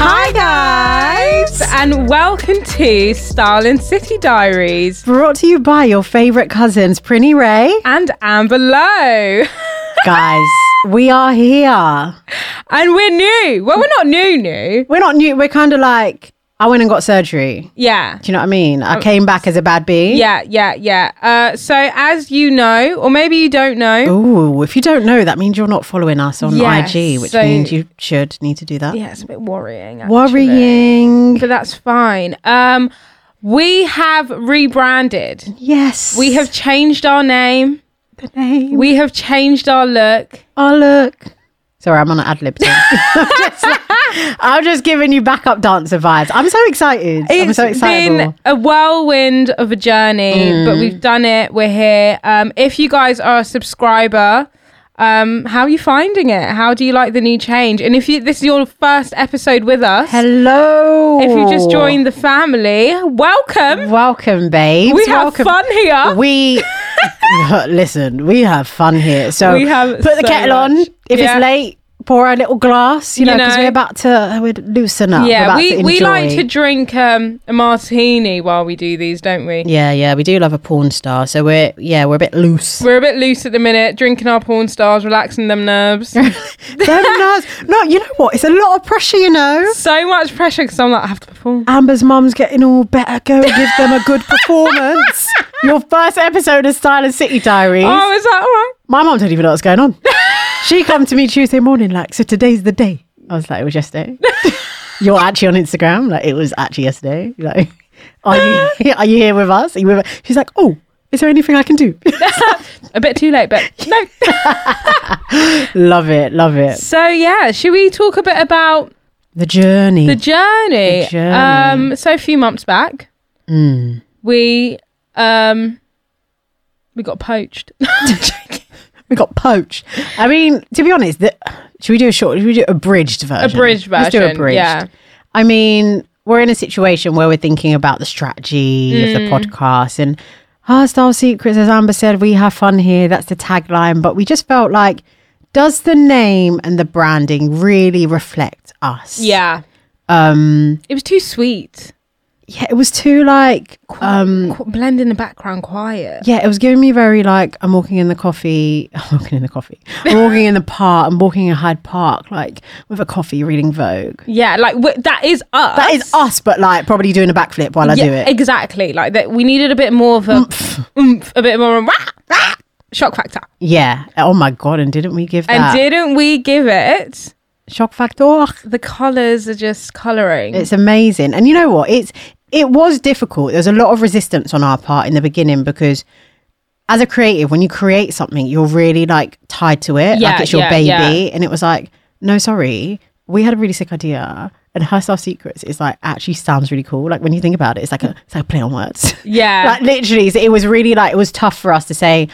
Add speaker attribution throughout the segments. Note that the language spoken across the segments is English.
Speaker 1: Hi guys, and welcome to Starlin City Diaries
Speaker 2: Brought to you by your favorite cousins, Prinny Ray.
Speaker 1: and Amber Lowe.
Speaker 2: Guys, we are here.
Speaker 1: and we're new. Well, we're not new, new.
Speaker 2: We're not new. We're kind of like, I went and got surgery.
Speaker 1: Yeah.
Speaker 2: Do you know what I mean? I came back as a bad bee.
Speaker 1: Oh. Yeah, yeah, yeah. Uh, so, as you know, or maybe you don't
Speaker 2: Oh.
Speaker 1: know,
Speaker 2: Ooh, if you don't know, that means you're not following us on
Speaker 1: Yes,
Speaker 2: IG, which
Speaker 1: so-
Speaker 2: means you should need to do that.
Speaker 1: yeah, it's a bit worrying. actually.
Speaker 2: Worrying.
Speaker 1: But that's fine. Um, we have rebranded,
Speaker 2: Yes.
Speaker 1: we have changed our name,
Speaker 2: the name.
Speaker 1: we have changed our look.
Speaker 2: Oh, look. Sorry, I'm on an ad lib. thing. I'm just like- I'm just giving you backup dancer vibes. I'm so excited. I'm
Speaker 1: It's
Speaker 2: so excited.
Speaker 1: been a whirlwind of a journey,
Speaker 2: Mm.
Speaker 1: but we've done it. We're here. Um, if you guys are a subscriber, um, how are you finding it? How do you like the new change? And if you this is your first episode with us,
Speaker 2: Hello.
Speaker 1: if you just joined the family, welcome.
Speaker 2: Welcome, babes.
Speaker 1: We have
Speaker 2: Welcome.
Speaker 1: fun here.
Speaker 2: We listen. We have fun here. So
Speaker 1: We have
Speaker 2: put the
Speaker 1: so
Speaker 2: kettle on.
Speaker 1: much.
Speaker 2: If
Speaker 1: Yeah.
Speaker 2: it's late, pour a little glass.
Speaker 1: You
Speaker 2: You know, because
Speaker 1: know.
Speaker 2: we're about to we're loosen up. we're
Speaker 1: yeah,
Speaker 2: about
Speaker 1: we,
Speaker 2: to
Speaker 1: we like
Speaker 2: enjoy.
Speaker 1: to drink um, a martini while we do these, don't we?
Speaker 2: Yeah, yeah, we do love a porn star. So we're yeah, we're a bit loose.
Speaker 1: We're a bit loose at the minute, drinking our porn stars, relaxing them nerves.
Speaker 2: Them nerves- No, you know what? It's a lot of pressure. You know,
Speaker 1: so much pressure because I'm like, I have to perform.
Speaker 2: Amber's mum's getting all better. Go give them a good performance. Your first episode of Silent City Diaries.
Speaker 1: Oh, is that all right?
Speaker 2: My mom didn't even know what was going on. she come to me Tuesday morning, like, so today's the day. I was like, it was yesterday. You're actually on Instagram, like it was actually yesterday. Like, are you here? are you here with us? Are you with us? She's like, oh, is there anything I can do?
Speaker 1: a bit too late, but no.
Speaker 2: love it, love it.
Speaker 1: so yeah, should we talk a bit about
Speaker 2: The journey.
Speaker 1: the journey?
Speaker 2: The journey. Mm.
Speaker 1: Um, so a few months back, we um we got poached.
Speaker 2: we got poached. I mean, to be honest, the, should we do a short? Should we do a bridged version?
Speaker 1: bridged
Speaker 2: Let's do
Speaker 1: version,
Speaker 2: a bridged.
Speaker 1: yeah.
Speaker 2: I mean, we're in a situation where we're thinking about the strategy of
Speaker 1: Mm.
Speaker 2: the podcast and Hardstyle Secrets, as Amber said, we have fun here. That's the tagline. But we just felt like, does the name and the branding really reflect us?
Speaker 1: yeah,
Speaker 2: Um,
Speaker 1: it was too sweet.
Speaker 2: yeah, it was too like um
Speaker 1: Qu- blend in the background, quiet.
Speaker 2: Yeah, it was giving me very like I'm walking in the coffee, I'm walking in the coffee, I'm walking in the park, I'm walking in Hyde Park, like with a coffee reading Vogue.
Speaker 1: Yeah, like w- that is us.
Speaker 2: That is us, but like probably doing a backflip while I
Speaker 1: yeah,
Speaker 2: do it.
Speaker 1: exactly. Like that, we needed a bit more of a oomph, a bit more of a rah, rah, shock factor.
Speaker 2: yeah. Oh my god! And didn't we give
Speaker 1: And
Speaker 2: that
Speaker 1: didn't we give it?
Speaker 2: shock factor?
Speaker 1: The colours are just colouring.
Speaker 2: It's amazing. And you know what? It's it was difficult. There's a lot of resistance on our part in the beginning because as a creative, when you create something, you're really like tied to it.
Speaker 1: Yeah,
Speaker 2: like it's your
Speaker 1: yeah,
Speaker 2: baby.
Speaker 1: yeah.
Speaker 2: And it was like, no, sorry. We had a really sick idea. And her Star Secrets is like actually sounds really cool. Like when you think about it, it's like a it's like a play on words.
Speaker 1: yeah,
Speaker 2: like literally, so it was really like it was tough for us to say,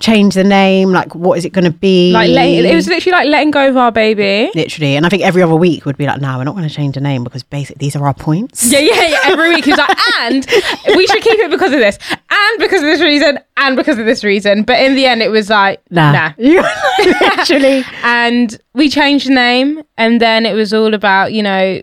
Speaker 2: change the name, like what is it gonna be?
Speaker 1: Like letting,
Speaker 2: Mm.
Speaker 1: it was literally like letting go of our baby.
Speaker 2: literally. And I think every other week would be like, no, we're not gonna change the name because basically these are our points.
Speaker 1: Yeah, yeah, yeah. Every week he's like, and we should keep it because of this, and because of this reason, and because of this reason. But in the end, it was like, nah.
Speaker 2: Nah. Literally.
Speaker 1: And we changed the name, and then it was all about you know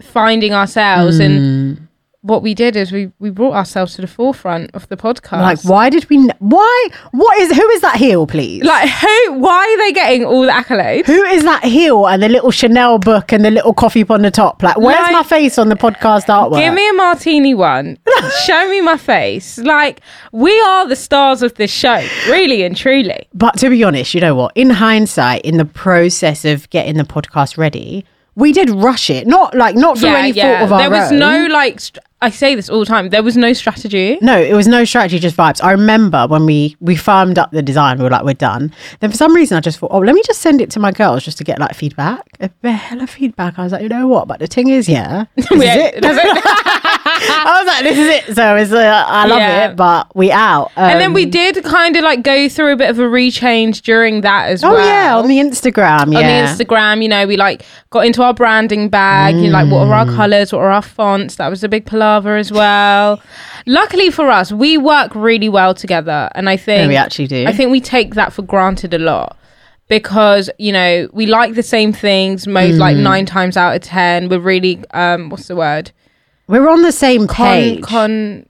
Speaker 1: finding ourselves. And what we did is we we brought ourselves to the forefront of the podcast.
Speaker 2: Like, why did we? kn- Why? What is? Who is that heel, please?
Speaker 1: Like who? Why are they getting all the accolades?
Speaker 2: who is that heel and the little Chanel book and the little coffee on the top? Like, where's
Speaker 1: Like-
Speaker 2: my face on the podcast artwork?
Speaker 1: Give me a martini one. Show me my face. Like, we are the stars of this show, really and truly.
Speaker 2: but to be honest, you know what? In hindsight, in the process of getting the podcast ready, we did rush it. Not like not through any fault of our
Speaker 1: there was
Speaker 2: own.
Speaker 1: no like. St- I say this all the time. There was no strategy.
Speaker 2: No, it was no strategy, just vibes. I remember when we we firmed up the design, we were like, we're done. Then for some reason, I just thought, oh, let me just send it to my girls just to get like feedback. A bit hella feedback. I was like, you know what? But the thing is, yeah, this is
Speaker 1: Yeah,
Speaker 2: it.
Speaker 1: that's it.
Speaker 2: I was like, this is it. So it's, uh, I love
Speaker 1: Yeah.
Speaker 2: it, but we out.
Speaker 1: and
Speaker 2: Um,
Speaker 1: then we did kind of like go through a bit of a rechange during that as
Speaker 2: oh
Speaker 1: well.
Speaker 2: yeah, on the Instagram, yeah,
Speaker 1: on the Instagram, you know, we like got into our branding bag, you know, like what are our
Speaker 2: Mm.
Speaker 1: colours, what are our fonts. That was a big palaver as well. Luckily for us, we work really well together, and I think
Speaker 2: we actually do.
Speaker 1: I think we take that for granted a lot because you know we like the same things most
Speaker 2: Mm.
Speaker 1: like nine times out of ten. We're really um, what's the word?
Speaker 2: we're on the same page.
Speaker 1: con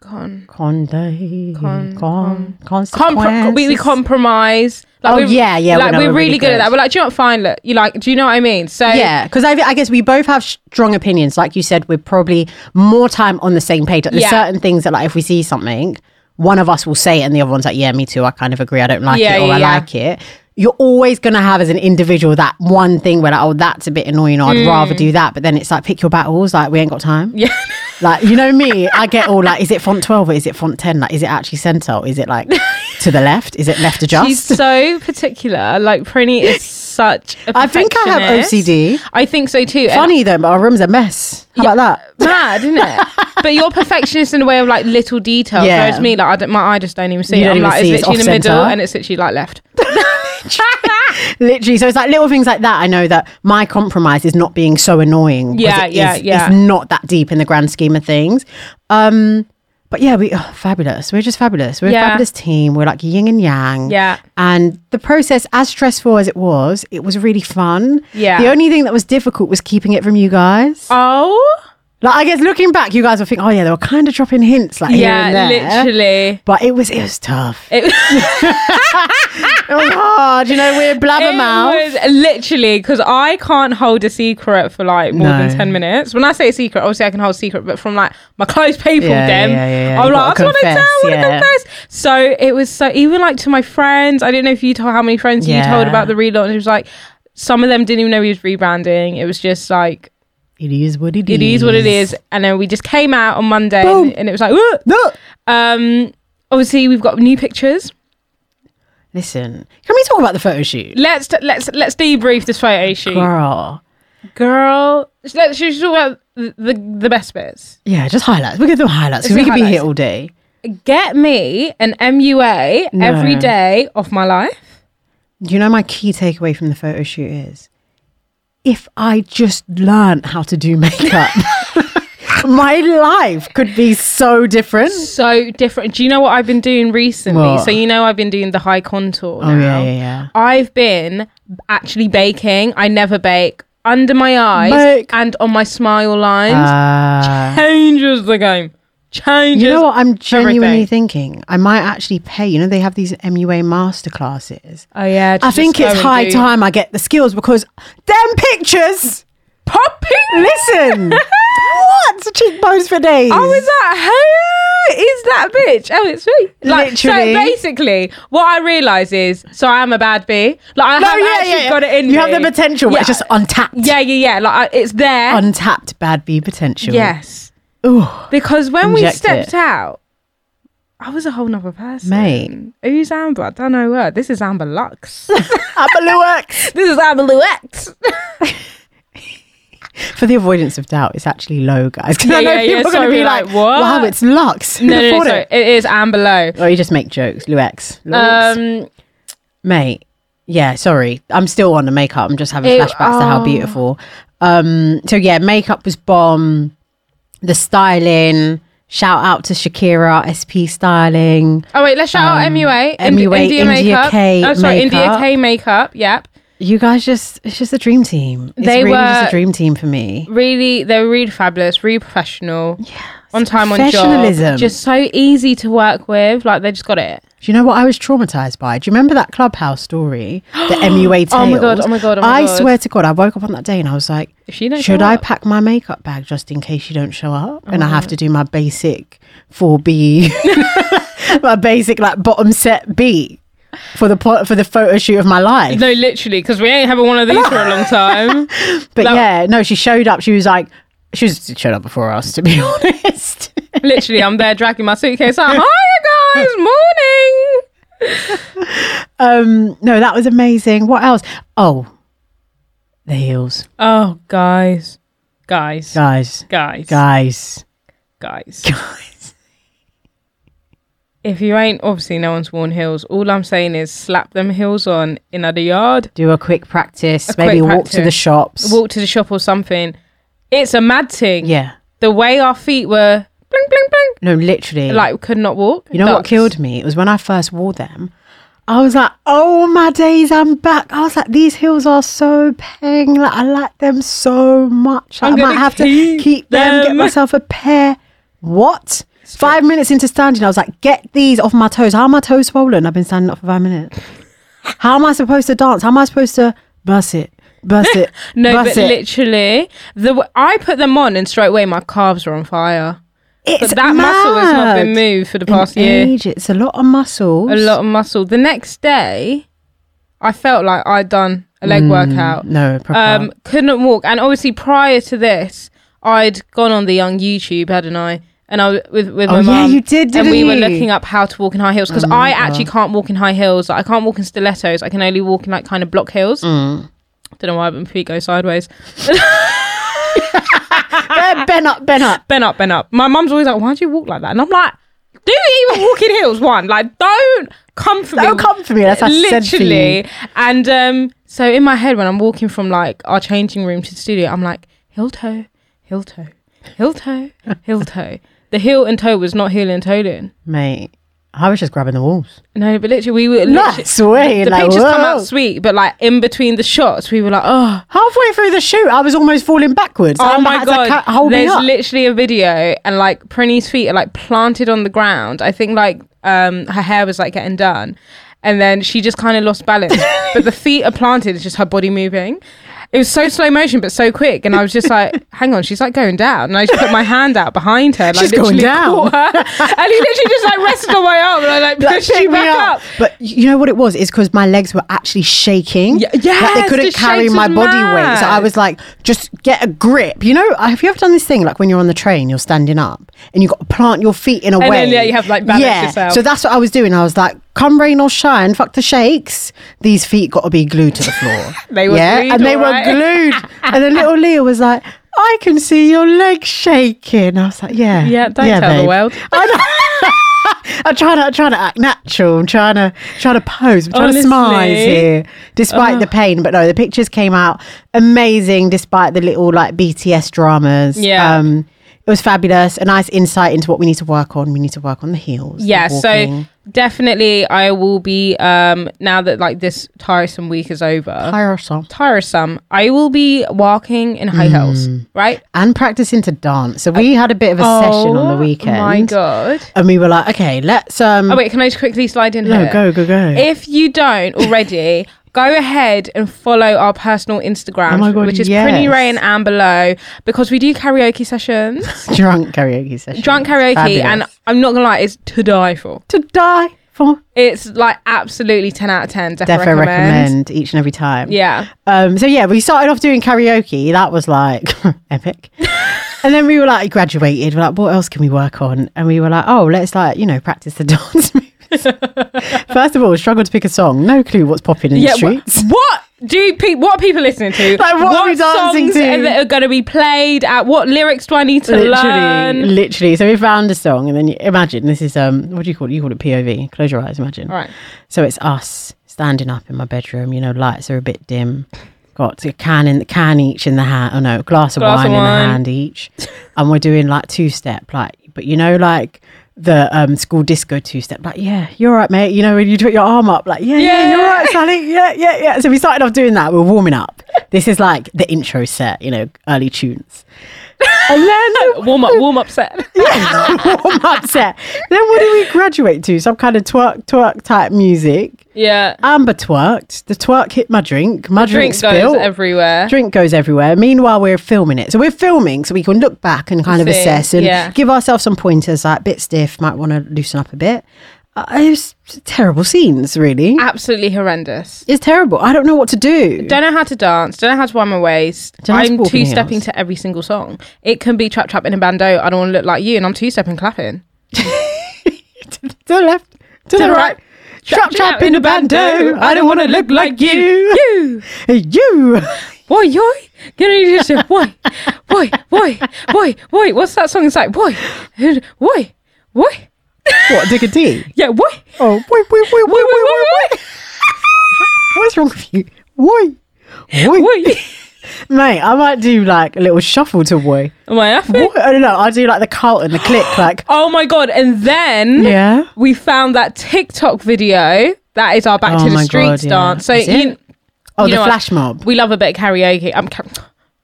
Speaker 1: con
Speaker 2: Conde, con, con,
Speaker 1: compro- we, we compromise. Like
Speaker 2: Oh,
Speaker 1: we're-
Speaker 2: yeah, yeah,
Speaker 1: Like
Speaker 2: no,
Speaker 1: we're, really good, at that. We're like, do you know what fine? Look, you like, do you know what I mean? So
Speaker 2: Yeah, because I, I guess we both have strong opinions. Like you said, we're probably more time on the same page. Like, there's
Speaker 1: Yeah.
Speaker 2: certain things that, like, if we see something, one of us will say it, and the other one's like, "Yeah, me too. I kind of agree. I don't like
Speaker 1: Yeah,
Speaker 2: it, or
Speaker 1: yeah,
Speaker 2: I
Speaker 1: yeah.
Speaker 2: like it." You're always gonna have as an individual that one thing where like, "Oh, that's a bit annoying. I'd rather do that." But then it's like, pick your battles. Like, we ain't got time.
Speaker 1: Hmm. Yeah.
Speaker 2: Like, you know me, I get all like, is it font 12 or is it font 10? Like, is it actually center or is it like to the left? Is it left adjust?
Speaker 1: She's so particular. Like Prinny is such. A
Speaker 2: I think I have
Speaker 1: perfectionist.
Speaker 2: OCD.
Speaker 1: I think so too. And
Speaker 2: Funny though, but our room's a mess. How about that?
Speaker 1: mad, isn't it? but you're perfectionist in a way of like little details.
Speaker 2: Yeah.
Speaker 1: Whereas me, like I don't, my eye just don't even see it.
Speaker 2: You don't
Speaker 1: I'm
Speaker 2: even
Speaker 1: like
Speaker 2: see
Speaker 1: it's
Speaker 2: it's
Speaker 1: literally in the middle,
Speaker 2: off-centre.
Speaker 1: and it's literally like left.
Speaker 2: Literally. So it's like little things like that. I know that my compromise is not being so annoying. 'cause
Speaker 1: Yeah,
Speaker 2: it
Speaker 1: yeah,
Speaker 2: is-
Speaker 1: yeah.
Speaker 2: It's not that deep in the grand scheme of things. Um, but yeah, we oh, fabulous. We're just fabulous. We're
Speaker 1: Yeah.
Speaker 2: a fabulous team. We're like yin and yang.
Speaker 1: Yeah.
Speaker 2: And the process, as stressful as it was, it was really fun.
Speaker 1: Yeah.
Speaker 2: The only thing that was difficult was keeping it from you guys.
Speaker 1: Oh,
Speaker 2: Like I guess looking back, you guys will think, oh yeah, they were kind of dropping hints like here and
Speaker 1: yeah,
Speaker 2: there.
Speaker 1: literally.
Speaker 2: But it was it was tough.
Speaker 1: It,
Speaker 2: It was hard, you know. We're
Speaker 1: it
Speaker 2: blabbermouth.
Speaker 1: was literally because I can't hold a secret for like more
Speaker 2: No.
Speaker 1: than 10 minutes. When I say secret, obviously I can hold secret, but from like my close people,
Speaker 2: Yeah,
Speaker 1: them,
Speaker 2: yeah, yeah, yeah.
Speaker 1: I'm
Speaker 2: You
Speaker 1: like, I
Speaker 2: gotta
Speaker 1: just want to tell, I want to
Speaker 2: confess, yeah.
Speaker 1: confess. So it was so, even like to my friends, I didn't know if you told how many friends you
Speaker 2: Yeah.
Speaker 1: told about the relaunch. It was like, some of them didn't even know he was rebranding. It was just like,
Speaker 2: It is what it is.
Speaker 1: it is what it is. And then we just came out on Monday
Speaker 2: Boom.
Speaker 1: and, and it was like, "Whoa."
Speaker 2: Look.
Speaker 1: um, obviously we've got new pictures.
Speaker 2: Listen, can we talk about the photo shoot?
Speaker 1: Let's let's let's debrief this photo shoot.
Speaker 2: Girl.
Speaker 1: Girl, sh- let's should we talk about the, the the best bits.
Speaker 2: Yeah, just highlights. We'll give them highlights 'cause
Speaker 1: Let's do
Speaker 2: we could be here
Speaker 1: highlights.
Speaker 2: all day.
Speaker 1: Get me an MUA every day of my life.
Speaker 2: Do you know my key takeaway from the photo shoot is if I just learned how to do makeup, my life could be so different.
Speaker 1: So different. Do you know what I've been doing recently?
Speaker 2: What?
Speaker 1: So you know I've been doing the high contour. now.
Speaker 2: Oh, yeah, yeah, yeah.
Speaker 1: I've been actually baking. I never bake under my eyes
Speaker 2: Bake.
Speaker 1: and on my smile lines.
Speaker 2: Uh,
Speaker 1: Changes the game. Changes.
Speaker 2: you know what? I'm genuinely
Speaker 1: everything.
Speaker 2: thinking I might actually pay. You know, they have these MUA masterclasses.
Speaker 1: Oh yeah. to
Speaker 2: I
Speaker 1: just
Speaker 2: think
Speaker 1: go
Speaker 2: it's
Speaker 1: and
Speaker 2: high
Speaker 1: do-
Speaker 2: time I get the skills because them pictures.
Speaker 1: Popping.
Speaker 2: Listen. what? Cheekbones for days.
Speaker 1: Oh, is that who is that bitch? Oh, it's me. Like,
Speaker 2: Literally.
Speaker 1: So basically, what I realise is, so I am a bad bee. Like I have actually got it in.
Speaker 2: You have
Speaker 1: me.
Speaker 2: the potential, but
Speaker 1: Yeah,
Speaker 2: it's just untapped.
Speaker 1: yeah, yeah, yeah. Like I, it's there.
Speaker 2: Untapped bad bee potential.
Speaker 1: yes,
Speaker 2: Ooh.
Speaker 1: because when we
Speaker 2: Inject
Speaker 1: stepped
Speaker 2: it.
Speaker 1: out, I was a whole nother person,
Speaker 2: Mate.
Speaker 1: Who's Amber? I don't know her. This is Amber Lux.
Speaker 2: Abaluax.
Speaker 1: this is Amber Lux.
Speaker 2: For the avoidance of doubt, it's actually low, guys. 'Cause
Speaker 1: Yeah,
Speaker 2: I know
Speaker 1: yeah, yeah,
Speaker 2: people are going
Speaker 1: sorry,
Speaker 2: to be
Speaker 1: like,
Speaker 2: like,
Speaker 1: what?
Speaker 2: wow, it's Lux.
Speaker 1: no, no, no,
Speaker 2: Afford
Speaker 1: sorry.
Speaker 2: it.
Speaker 1: It is Amber Low.
Speaker 2: Or you just make jokes. Luex. Luex.
Speaker 1: Um,
Speaker 2: Mate. Yeah, sorry. I'm still on the makeup. I'm just having
Speaker 1: Ew,
Speaker 2: flashbacks to how
Speaker 1: oh.
Speaker 2: beautiful. Um, so yeah, makeup was bomb. The styling. Shout out to Shakira, SP Styling.
Speaker 1: oh wait, let's shout
Speaker 2: Um,
Speaker 1: out MUA, Ind-
Speaker 2: MUA,
Speaker 1: India,
Speaker 2: India
Speaker 1: makeup.
Speaker 2: K
Speaker 1: oh, sorry, India
Speaker 2: makeup.
Speaker 1: K makeup. Yep.
Speaker 2: You guys just it's just a dream team. It's
Speaker 1: They
Speaker 2: really just
Speaker 1: were-
Speaker 2: a dream team for me.
Speaker 1: really they were really fabulous really professional yeah on time on job
Speaker 2: professionalism.
Speaker 1: just so easy to work with like they just got it
Speaker 2: Do you know what I was traumatized by? Do you remember that clubhouse story? The MUA tales.
Speaker 1: Oh my God, oh my God, oh my
Speaker 2: I
Speaker 1: God.
Speaker 2: swear to God, I woke up on that day and I was like,
Speaker 1: If you don't
Speaker 2: should
Speaker 1: show
Speaker 2: I
Speaker 1: up."
Speaker 2: pack my makeup bag just in case you don't show up? and I have to do my basic 4B, my basic like bottom set B. for the po- for the photo shoot of my life.
Speaker 1: No, literally, because we ain't having one of these for a long time.
Speaker 2: but
Speaker 1: that-
Speaker 2: yeah, no, she showed up. She was like, she was she showed up before us, to be honest.
Speaker 1: literally, I'm there dragging my suitcase out. Hi, guys, morning.
Speaker 2: um, no, that was amazing. What else? Oh, the heels,
Speaker 1: Oh, guys, guys,
Speaker 2: guys,
Speaker 1: guys,
Speaker 2: guys,
Speaker 1: guys.
Speaker 2: guys.
Speaker 1: If you ain't, obviously, no one's worn heels. All I'm saying is slap them heels on in other yard,
Speaker 2: Do a quick practice.
Speaker 1: quick
Speaker 2: maybe walk to the
Speaker 1: practice.
Speaker 2: shops.
Speaker 1: walk to the shop or something. It's a mad thing.
Speaker 2: yeah.
Speaker 1: The way our feet were bling, bling, bling,
Speaker 2: No, literally.
Speaker 1: like could not walk.
Speaker 2: You know what
Speaker 1: Ducks.
Speaker 2: killed me? It was when I first wore them. I was like, oh my days, I'm back. I was like, these heels are so peng. Like, I like them so much. Like,
Speaker 1: I'm
Speaker 2: I might
Speaker 1: gonna
Speaker 2: have
Speaker 1: keep
Speaker 2: to keep them, get
Speaker 1: them.
Speaker 2: myself a pair. What? Five minutes into standing, I was like, get these off my toes. How are my toes swollen? I've been standing up for five minutes. How am I supposed to dance? How am I supposed to bust it? Bust it.
Speaker 1: No,
Speaker 2: bust
Speaker 1: but literally, the w- I put them on and straight away my calves were on fire.
Speaker 2: It's
Speaker 1: But that muscle has not been
Speaker 2: mad.
Speaker 1: moved for the
Speaker 2: An
Speaker 1: past year.
Speaker 2: age, It's a lot of muscles.
Speaker 1: A lot of muscle. The next day, I felt like I'd done a leg
Speaker 2: Mm,
Speaker 1: workout.
Speaker 2: No, proper.
Speaker 1: Um, couldn't walk, and obviously prior to this, I'd gone on the young YouTube, hadn't I? And I was with with my
Speaker 2: Oh, yeah,
Speaker 1: mum,
Speaker 2: you did,
Speaker 1: and
Speaker 2: didn't
Speaker 1: we were
Speaker 2: you? Mm-hmm.
Speaker 1: looking up how to walk in high heels because I actually can't walk in high heels. Like, I can't walk in stilettos. I can only walk in like kind of block heels.
Speaker 2: Mm.
Speaker 1: Don't know why my feet go sideways.
Speaker 2: Ben- Ah, ben up, Ben up.
Speaker 1: bent up, bent up. My mum's always like, why do you walk like that? And I'm like, do you even walk in heels? One, like, don't come for me.
Speaker 2: Don't come for me. That's what I said for
Speaker 1: Literally. And um, so in my head, when I'm walking from like our changing room to the studio, I'm like, heel toe, heel toe, heel toe, heel toe. The heel and toe was not heel and toeing.
Speaker 2: Mate, I was just grabbing the walls.
Speaker 1: No, but literally, we were. literally-
Speaker 2: That's way.
Speaker 1: the
Speaker 2: like,
Speaker 1: pictures come out
Speaker 2: whoa.
Speaker 1: sweet, but like in between the shots, we were like, oh,
Speaker 2: Halfway through the shoot, I was almost falling backwards.
Speaker 1: Oh
Speaker 2: I'm
Speaker 1: my
Speaker 2: like, it's like,
Speaker 1: god!
Speaker 2: ca- hold me
Speaker 1: There's
Speaker 2: up.
Speaker 1: literally a video, and like Prinny's feet are like planted on the ground. I think like um her hair was like getting done, and then she just kind of lost balance. but the feet are planted; it's just her body moving. It was so slow motion, but so quick, and I was just like, "Hang on, she's like going down." And I just put my hand out behind her, like
Speaker 2: She's going
Speaker 1: literally
Speaker 2: down.
Speaker 1: caught her, and he literally just like rested on my arm, and I like
Speaker 2: Like,
Speaker 1: pushed
Speaker 2: pick
Speaker 1: you
Speaker 2: me
Speaker 1: back up.
Speaker 2: But you know what it was? It's because my legs were actually shaking.
Speaker 1: Ye-
Speaker 2: like
Speaker 1: yes,
Speaker 2: they
Speaker 1: the
Speaker 2: couldn't carry
Speaker 1: shakes
Speaker 2: my
Speaker 1: is
Speaker 2: body weight. So I
Speaker 1: mad.
Speaker 2: was like, just get a grip. You know, have you ever done this thing like when you're on the train, you're standing up and you've got to plant your feet in a
Speaker 1: then,
Speaker 2: way?
Speaker 1: yeah, you have to, like, balance yourself.
Speaker 2: So that's what I was doing. I was like, come rain or shine, fuck the shakes. These feet got to be glued to the floor.
Speaker 1: They were
Speaker 2: yeah,
Speaker 1: glued,
Speaker 2: and they
Speaker 1: alright.
Speaker 2: were glued. and then little Leah was like. I can see your legs shaking. I was like, yeah.
Speaker 1: Yeah, don't tell the
Speaker 2: babe."
Speaker 1: world.
Speaker 2: I'm trying to, I'm trying to act natural. I'm trying to, trying to pose. I'm trying
Speaker 1: Honestly. Uh-huh.
Speaker 2: to smile here, despite the pain. But no, the pictures came out amazing, despite the little like BTS dramas.
Speaker 1: Yeah.
Speaker 2: um, it was fabulous. A nice insight into what we need to work on. We need to work on the heels. the
Speaker 1: yeah so
Speaker 2: walking.
Speaker 1: definitely i will be um now that like this tiresome week is over
Speaker 2: Hire us on.
Speaker 1: tiresome i will be walking in high heels right
Speaker 2: and practicing to dance. So we had a bit of Mm. a session on the weekend.
Speaker 1: Oh my god
Speaker 2: And we were like, okay, let's um.
Speaker 1: oh wait uh, can i just quickly slide in
Speaker 2: no,
Speaker 1: here
Speaker 2: go go go.
Speaker 1: if you don't already go ahead and follow our personal instagram
Speaker 2: Oh my God,
Speaker 1: which is
Speaker 2: yes.
Speaker 1: pretty ray and anne below because we do karaoke sessions
Speaker 2: drunk karaoke session.
Speaker 1: drunk karaoke and i'm not gonna lie it's to die for
Speaker 2: to die for.
Speaker 1: it's like absolutely 10 out of 10 definitely
Speaker 2: Defo
Speaker 1: recommend.
Speaker 2: recommend each and every time.
Speaker 1: yeah
Speaker 2: Um, so yeah, we started off doing karaoke. That was like epic. and then we were like graduated. We're like, what else can we work on? And we were like, oh, let's like you know practice the dance moves. First of all, struggled to pick a song. No clue what's popping in the
Speaker 1: wha-
Speaker 2: streets.
Speaker 1: What do pe- what are people listening to?
Speaker 2: Like, what are we dancing
Speaker 1: songs
Speaker 2: to?
Speaker 1: are- that are going to be played? At what lyrics do I need to
Speaker 2: Literally,
Speaker 1: learn?
Speaker 2: literally. So we found a song, and then you, imagine this is um, what do you call it? You call it POV. Close your eyes. Imagine.
Speaker 1: All right.
Speaker 2: So it's us standing up in my bedroom. You know, lights are a bit dim. Got a can in can each in the hand. Oh no, glass of
Speaker 1: Glass
Speaker 2: wine
Speaker 1: of
Speaker 2: in
Speaker 1: wine.
Speaker 2: the hand each, and we're doing like two step, like but you know, like the um school disco two step. Like yeah, you're right, mate. You know when you put your arm up, like yeah, yeah,
Speaker 1: Yeah.
Speaker 2: you're right, Sally. Yeah, yeah, yeah. So we started off doing that. We're warming up. This is like the intro set, you know, early tunes. And then
Speaker 1: Uh, Warm up, warm up set.
Speaker 2: warm up set. Then what do we graduate to? Some kind of twerk, twerk type music.
Speaker 1: yeah,
Speaker 2: Amber twerked. The twerk hit my drink. My drink,
Speaker 1: drink goes
Speaker 2: spilled.
Speaker 1: everywhere.
Speaker 2: Drink goes everywhere. Meanwhile, we're filming it. So we're filming so we can look back and kind of
Speaker 1: See,
Speaker 2: assess and
Speaker 1: yeah.
Speaker 2: give ourselves some pointers like bit stiff, might want to loosen up a bit. uh, it's terrible scenes, really.
Speaker 1: Absolutely horrendous.
Speaker 2: It's terrible. I don't know what to do.
Speaker 1: Don't know how to dance. Don't know how to wind my waist.
Speaker 2: Don't know how to
Speaker 1: I'm
Speaker 2: walk in
Speaker 1: two
Speaker 2: heels.
Speaker 1: stepping to every single song. It can be trap trap in a bandeau. I don't want to look like you, and I'm two stepping clapping.
Speaker 2: to the left, to, the right. Trap trap in a bandeau. I don't want to look like you.
Speaker 1: You,
Speaker 2: You.
Speaker 1: boy, yo, get ready to say, boy, boy, boy, boy, boy. What's that song? It's like boy, boy, boy.
Speaker 2: What, Dick and Dee?
Speaker 1: Yeah, boy.
Speaker 2: Oh, wait, wait, wait, wait, wait,
Speaker 1: Wait, wait,
Speaker 2: wait, wait.
Speaker 1: wait,
Speaker 2: What's wrong with you? Why? Why?
Speaker 1: wait, wait.
Speaker 2: Mate, I might do like a little shuffle to Why.
Speaker 1: Am I effing?
Speaker 2: What? I don't know. I do like the Carlton, the click, like,
Speaker 1: Oh my god! And then
Speaker 2: Yeah.
Speaker 1: we found that TikTok video that is our Back to
Speaker 2: Oh
Speaker 1: the
Speaker 2: my
Speaker 1: Streets
Speaker 2: God, yeah.
Speaker 1: dance. So
Speaker 2: Is it?
Speaker 1: you,
Speaker 2: oh,
Speaker 1: you
Speaker 2: the
Speaker 1: know what?
Speaker 2: flash mob.
Speaker 1: we love a bit of karaoke. I'm ca-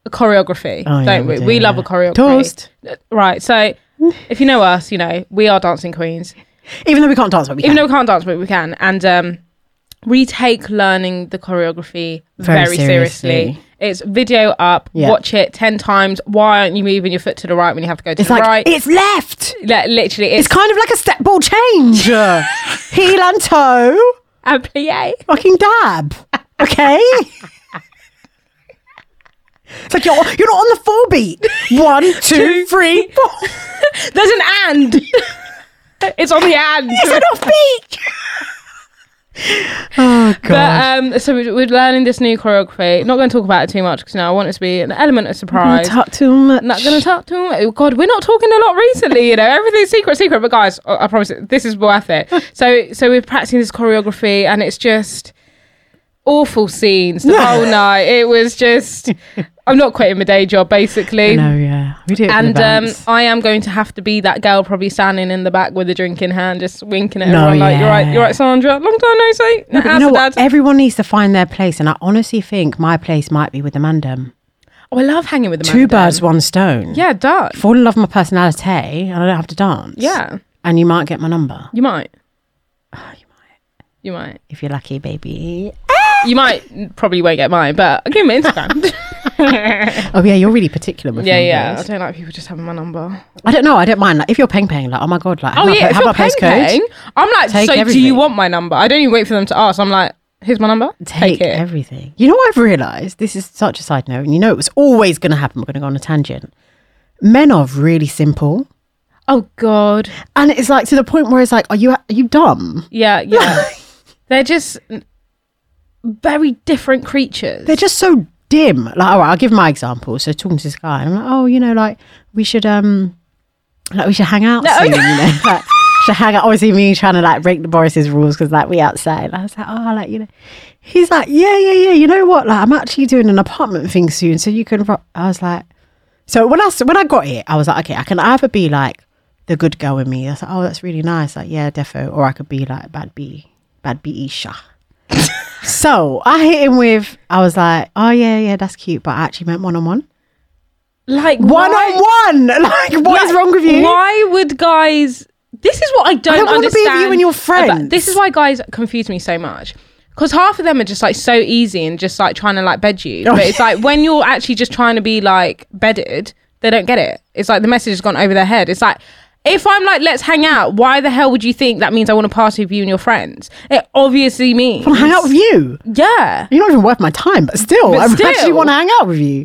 Speaker 1: choreography,
Speaker 2: Oh, yeah,
Speaker 1: don't
Speaker 2: we
Speaker 1: we?
Speaker 2: do,
Speaker 1: We love
Speaker 2: yeah.
Speaker 1: a choreography.
Speaker 2: Toast.
Speaker 1: Right. So if you know us, you know we are dancing queens.
Speaker 2: Even though we can't dance, but we
Speaker 1: Even
Speaker 2: can.
Speaker 1: though we can't dance, but we can. And um, we take learning the choreography
Speaker 2: Very
Speaker 1: very, seriously.
Speaker 2: seriously.
Speaker 1: It's video up.
Speaker 2: Yeah.
Speaker 1: Watch it ten times. Why aren't you moving your foot to the right when you have to go to
Speaker 2: it's
Speaker 1: the
Speaker 2: like
Speaker 1: right?
Speaker 2: it's left.
Speaker 1: Like, literally,
Speaker 2: It's
Speaker 1: it's,
Speaker 2: kind of like a step ball change. Heel and toe,
Speaker 1: a plie.
Speaker 2: fucking dab. Okay. it's like you're you're not on the four beat. One, two, three, four.
Speaker 1: There's an and. it's on the and.
Speaker 2: It's an off beat. oh god.
Speaker 1: But um, so we- we're learning this new choreography. Not going to talk about it too much because now I want it to be an element of surprise.
Speaker 2: talk too much.
Speaker 1: uh, not going to talk too much. Oh, God, we're not talking a lot recently. You know, everything's secret, secret. But guys, I I promise it, this is worth it. So, so we're practicing this choreography, and it's just awful scenes the whole night. It was just. I'm not quitting my day job, basically.
Speaker 2: No, yeah, we do. It
Speaker 1: And
Speaker 2: and
Speaker 1: um, I am going to have to be that girl, probably standing in the back with a drink in hand, just winking at
Speaker 2: No,
Speaker 1: everyone like, "You're right,
Speaker 2: yeah.
Speaker 1: you're right, Sandra. Long time no see. No,
Speaker 2: you know what? Everyone needs to find their place, and I honestly think my place might be with the mandem.
Speaker 1: Oh, I love hanging with the
Speaker 2: Two
Speaker 1: man
Speaker 2: birds, one stone.
Speaker 1: Yeah, dark.
Speaker 2: Fall in love with my personality, and I don't have to dance.
Speaker 1: Yeah,
Speaker 2: And you might get my number
Speaker 1: you might.
Speaker 2: Oh,
Speaker 1: You might.
Speaker 2: if you're lucky, baby.
Speaker 1: You might probably won't get mine, but I'll give him Instagram.
Speaker 2: Oh yeah, you're really particular with
Speaker 1: yeah,
Speaker 2: numbers.
Speaker 1: yeah. I don't like people just having my number.
Speaker 2: I don't know. I don't mind. Like if you're peng peng, like oh my god, like
Speaker 1: Oh
Speaker 2: have my
Speaker 1: yeah,
Speaker 2: po-
Speaker 1: if
Speaker 2: have
Speaker 1: you're
Speaker 2: my
Speaker 1: paying,
Speaker 2: postcode.
Speaker 1: I'm like,
Speaker 2: Take
Speaker 1: so do
Speaker 2: everything.
Speaker 1: you want my number? I don't even wait for them to ask. I'm like, here's my number.
Speaker 2: Take,
Speaker 1: it.
Speaker 2: everything. You know what I've realised? This is such a side note, and you know it was always going to happen. We're going to go on a tangent. Men are really simple,
Speaker 1: oh God.
Speaker 2: and it's like to the point where it's like, are you are you dumb?
Speaker 1: Yeah, yeah. They're just very different creatures.
Speaker 2: they're just so dim. Like, all right, I'll give my example. So talking to this guy, and I'm like, oh, you know, like we should, um, like we should hang out soon, you know. Like, should hang out. Obviously, me trying to like break the Boris's rules because like we outside. I was like, oh, like you know. He's like, yeah, yeah, yeah. You know what? Like, I'm actually doing an apartment thing soon, so you can. Ro-. I was like, so when I s- when I got here, I was like, okay, I can either be like the good girl in me. I was like, oh, that's really nice. Like, yeah, defo. Or I could be like bad B, bad B Isha. So I hit him with, I was like, oh yeah, yeah, that's cute, but I actually meant one on one.
Speaker 1: like
Speaker 2: One
Speaker 1: why-
Speaker 2: on one! Like, what is
Speaker 1: Like,
Speaker 2: wrong with you?
Speaker 1: Why would guys? This is what I don't,
Speaker 2: I don't wanna be with you
Speaker 1: understand.
Speaker 2: and your
Speaker 1: about-
Speaker 2: friends.
Speaker 1: This is why guys confuse me so much. Because half of them are just like so easy and just like trying to like bed you. But it's like when you're actually just trying to be like bedded, they don't get it. It's like the message has gone over their head. It's like, if I'm like, let's hang out, why the hell would you think that means I want to party with you and your friends? It obviously means.
Speaker 2: I want to hang out with you.
Speaker 1: Yeah.
Speaker 2: You're not even worth my time, but still,
Speaker 1: But
Speaker 2: I
Speaker 1: still.
Speaker 2: actually want to hang out with you.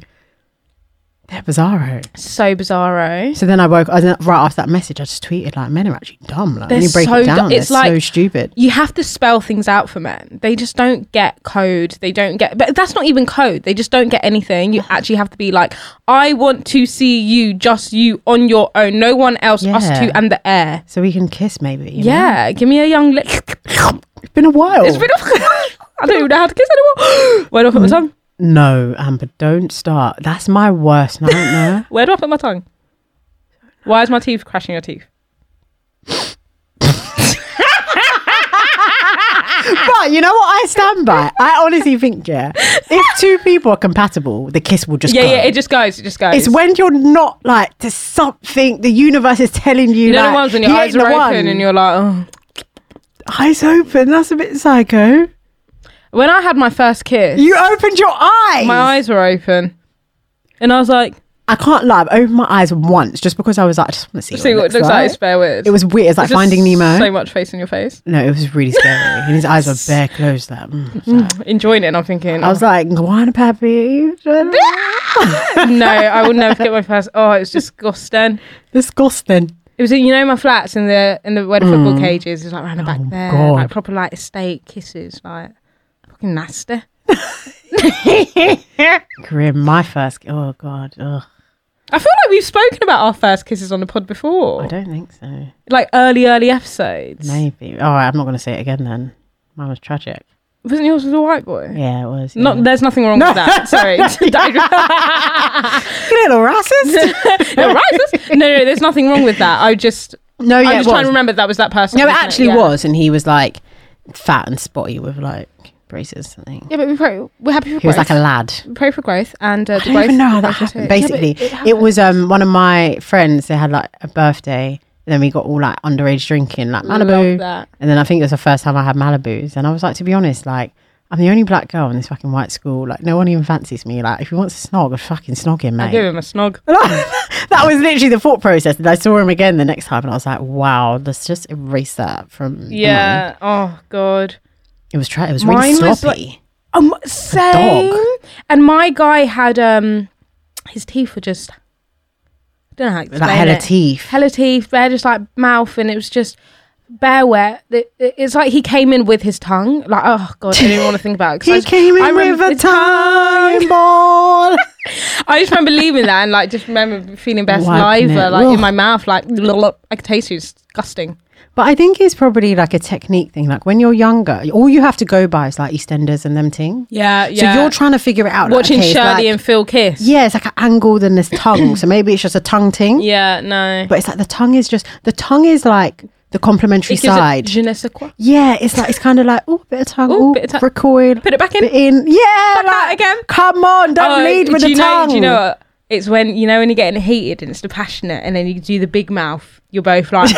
Speaker 2: They're bizarro.
Speaker 1: So bizarro.
Speaker 2: So then I woke I, right after that message. I just tweeted like, "Men are actually dumb. Like, when
Speaker 1: They're
Speaker 2: you break
Speaker 1: so
Speaker 2: it down,
Speaker 1: dumb. It's
Speaker 2: it's like, so
Speaker 1: like-
Speaker 2: stupid."
Speaker 1: you have to spell things out for men. They just don't get code. They don't get, but that's not even code. They just don't get anything. You actually have to be like, I want to see you, just you, on your own, no one else, us
Speaker 2: Yeah.
Speaker 1: two, and the air.
Speaker 2: So we can kiss, maybe. you know?
Speaker 1: Yeah, give me a young lick.
Speaker 2: it's been a while.
Speaker 1: It's been off. I don't even know how to kiss anymore. Where do I put my
Speaker 2: Hmm.
Speaker 1: tongue?
Speaker 2: no, Amber, don't start. That's my worst nightmare.
Speaker 1: Where do I put my tongue? Why is my teeth crashing your teeth?
Speaker 2: but you know what I stand by? I honestly think yeah, if two people are compatible, the kiss will just
Speaker 1: Yeah,
Speaker 2: go.
Speaker 1: yeah, it just goes. It just goes.
Speaker 2: It's when you're not like to something the universe is telling you.
Speaker 1: you know
Speaker 2: like,
Speaker 1: the ones when your
Speaker 2: you
Speaker 1: eyes
Speaker 2: ain't
Speaker 1: are
Speaker 2: the
Speaker 1: open
Speaker 2: one.
Speaker 1: and you're like, oh.
Speaker 2: eyes open. That's a bit psycho.
Speaker 1: When I had my first kiss,
Speaker 2: You opened your eyes.
Speaker 1: my eyes were open, and I was like,
Speaker 2: I can't lie. I opened my eyes once just because I was like, I just want to see,
Speaker 1: See what it looks like. It's bare weird.
Speaker 2: It was weird. It's like
Speaker 1: It's just
Speaker 2: Finding Nemo.
Speaker 1: So much face in your face.
Speaker 2: no, it was really scary. and his eyes were bare closed. That mm.
Speaker 1: Enjoying it, and I'm thinking,
Speaker 2: I was like, "Go on, pappy."
Speaker 1: no, I will never forget my first. Oh, it was disgusting.
Speaker 2: Disgusting.
Speaker 1: It was in, you know my flats in the in the where the football cages is like round the back there,
Speaker 2: Mm. Oh, God.
Speaker 1: like proper like estate kisses, like fucking nasty.
Speaker 2: Grim. My first. Oh God. Ugh.
Speaker 1: I feel like we've spoken about our first kisses on the pod
Speaker 2: I
Speaker 1: before,
Speaker 2: don't think so.
Speaker 1: like early early episodes.
Speaker 2: Maybe. All right. I'm not going to say it again then. Mine was tragic.
Speaker 1: Wasn't yours with a white boy?
Speaker 2: Yeah, it was. yeah.
Speaker 1: Not, there's nothing wrong with that. Sorry,
Speaker 2: little racist.
Speaker 1: no, racist. no, no, there's nothing wrong with that. I just,
Speaker 2: no, yeah,
Speaker 1: I'm
Speaker 2: it
Speaker 1: just
Speaker 2: was.
Speaker 1: trying to remember that Oh, was that person.
Speaker 2: No, it
Speaker 1: wasn't
Speaker 2: actually
Speaker 1: Yeah.
Speaker 2: was, and he was like fat and spotty with like braces. I think
Speaker 1: Yeah, but we pray, we're happy for
Speaker 2: he
Speaker 1: growth.
Speaker 2: was like a lad.
Speaker 1: pray for growth and uh,
Speaker 2: I don't even know how that happened. Basically, it, was um one of my friends. They had like a birthday, and then we got all like underage drinking, like Malibu.
Speaker 1: that.
Speaker 2: And then I think it was the first time I had Malibus, and I was like, to be honest, like. I'm the only black girl in this fucking white school. Like, no one even fancies me. Like, if he wants to snog, I'd fucking snog him,
Speaker 1: I
Speaker 2: mate.
Speaker 1: gave him a snog.
Speaker 2: that was literally the thought process. And I saw him again the next time, and I was like, "Wow, let's just erase that from." the mind.
Speaker 1: Yeah. Oh God.
Speaker 2: it was. Tra- it was really
Speaker 1: Mine was,
Speaker 2: sloppy.
Speaker 1: Um. Same. And my guy had um, his teeth were just. I don't know how to explain
Speaker 2: like hella
Speaker 1: it.
Speaker 2: teeth.
Speaker 1: Hella teeth. Bare just like mouth, and it was just bare wet. It- it- It's like he came in with his tongue. Like oh God, I didn't want to think about it. 'cause I
Speaker 2: he
Speaker 1: just-
Speaker 2: came in
Speaker 1: I
Speaker 2: with
Speaker 1: remember-
Speaker 2: a time ball.
Speaker 1: I just remember leaving that and like just remember feeling best
Speaker 2: Wiping
Speaker 1: saliva
Speaker 2: it.
Speaker 1: like
Speaker 2: Ugh.
Speaker 1: in my mouth like I could taste you. It's disgusting.
Speaker 2: but I think it's probably like a technique thing. Like when you're younger, all you have to go by is like EastEnders and them ting.
Speaker 1: Yeah.
Speaker 2: So you're trying to figure it out. like,
Speaker 1: watching
Speaker 2: okay, it's
Speaker 1: Shirley
Speaker 2: like-
Speaker 1: and Phil kiss.
Speaker 2: yeah, it's like an angled and this tongue. so maybe it's just a tongue ting.
Speaker 1: Yeah, no.
Speaker 2: But it's like the tongue is just the tongue is like the complementary
Speaker 1: It gives it
Speaker 2: side.
Speaker 1: je ne sais quoi.
Speaker 2: Yeah, it's like it's kind of like oh, bit of tongue,
Speaker 1: Ooh,
Speaker 2: oh,
Speaker 1: bit of tongue.
Speaker 2: recoil,
Speaker 1: Put it back in.
Speaker 2: bit in. Yeah,
Speaker 1: Back out
Speaker 2: like,
Speaker 1: again.
Speaker 2: Come on, don't
Speaker 1: Oh,
Speaker 2: lead with
Speaker 1: do
Speaker 2: the
Speaker 1: you
Speaker 2: tongue.
Speaker 1: Know, do you know what? It's when you know when you're getting heated and it's the passionate, and then you do the big mouth. You're both like,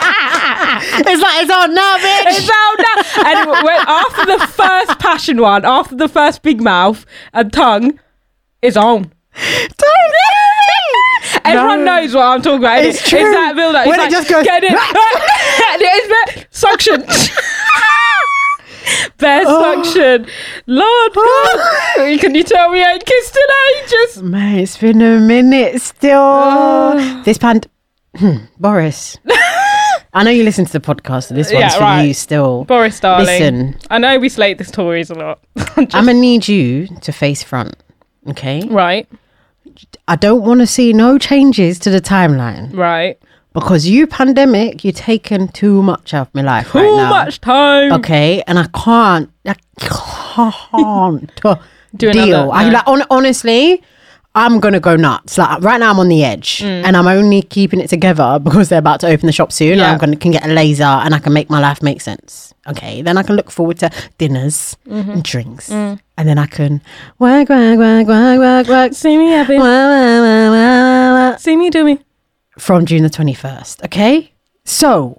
Speaker 2: It's like it's on now, bitch.
Speaker 1: it's out now. And w- when- after the first passion one, after the first big mouth and tongue, is on.
Speaker 2: Don't
Speaker 1: Everyone
Speaker 2: No.
Speaker 1: knows what I'm talking about.
Speaker 2: It's
Speaker 1: It's, it's
Speaker 2: true.
Speaker 1: that build up.
Speaker 2: When
Speaker 1: it's
Speaker 2: it
Speaker 1: like,
Speaker 2: just goes,
Speaker 1: get it. it's bare- suction. Bear
Speaker 2: Oh.
Speaker 1: suction. Lord, God. can you tell me I ain't kissed in ages?
Speaker 2: Mate, it's been a minute still. This pand. hmm, Boris. I know you listen to the podcast, so this one's
Speaker 1: Yeah,
Speaker 2: for
Speaker 1: right.
Speaker 2: you still.
Speaker 1: Boris, darling.
Speaker 2: Listen.
Speaker 1: I know we slate the Tories a lot.
Speaker 2: I'm going to need you to face front, okay?
Speaker 1: right,
Speaker 2: I don't want to see no changes to the timeline
Speaker 1: right.
Speaker 2: because you, pandemic, you're taking too much out of my life right
Speaker 1: Too
Speaker 2: now.
Speaker 1: much time.
Speaker 2: Okay, and I can't, I can't
Speaker 1: Do another-
Speaker 2: deal. I,
Speaker 1: no.
Speaker 2: like, hon- honestly, I'm gonna go nuts. Like right now, I'm on the edge,
Speaker 1: Mm.
Speaker 2: and I'm only keeping it together because they're about to open the shop soon.
Speaker 1: Yeah.
Speaker 2: And I'm gonna can get a laser, and I can make my life make sense. Okay, then I can look forward to dinners
Speaker 1: Mm-hmm.
Speaker 2: and drinks,
Speaker 1: Mm.
Speaker 2: and then I can work, work, work, work, work, work.
Speaker 1: See me happy.
Speaker 2: Wah, wah, wah, wah, wah
Speaker 1: See me do me.
Speaker 2: from June the 21st, okay? So,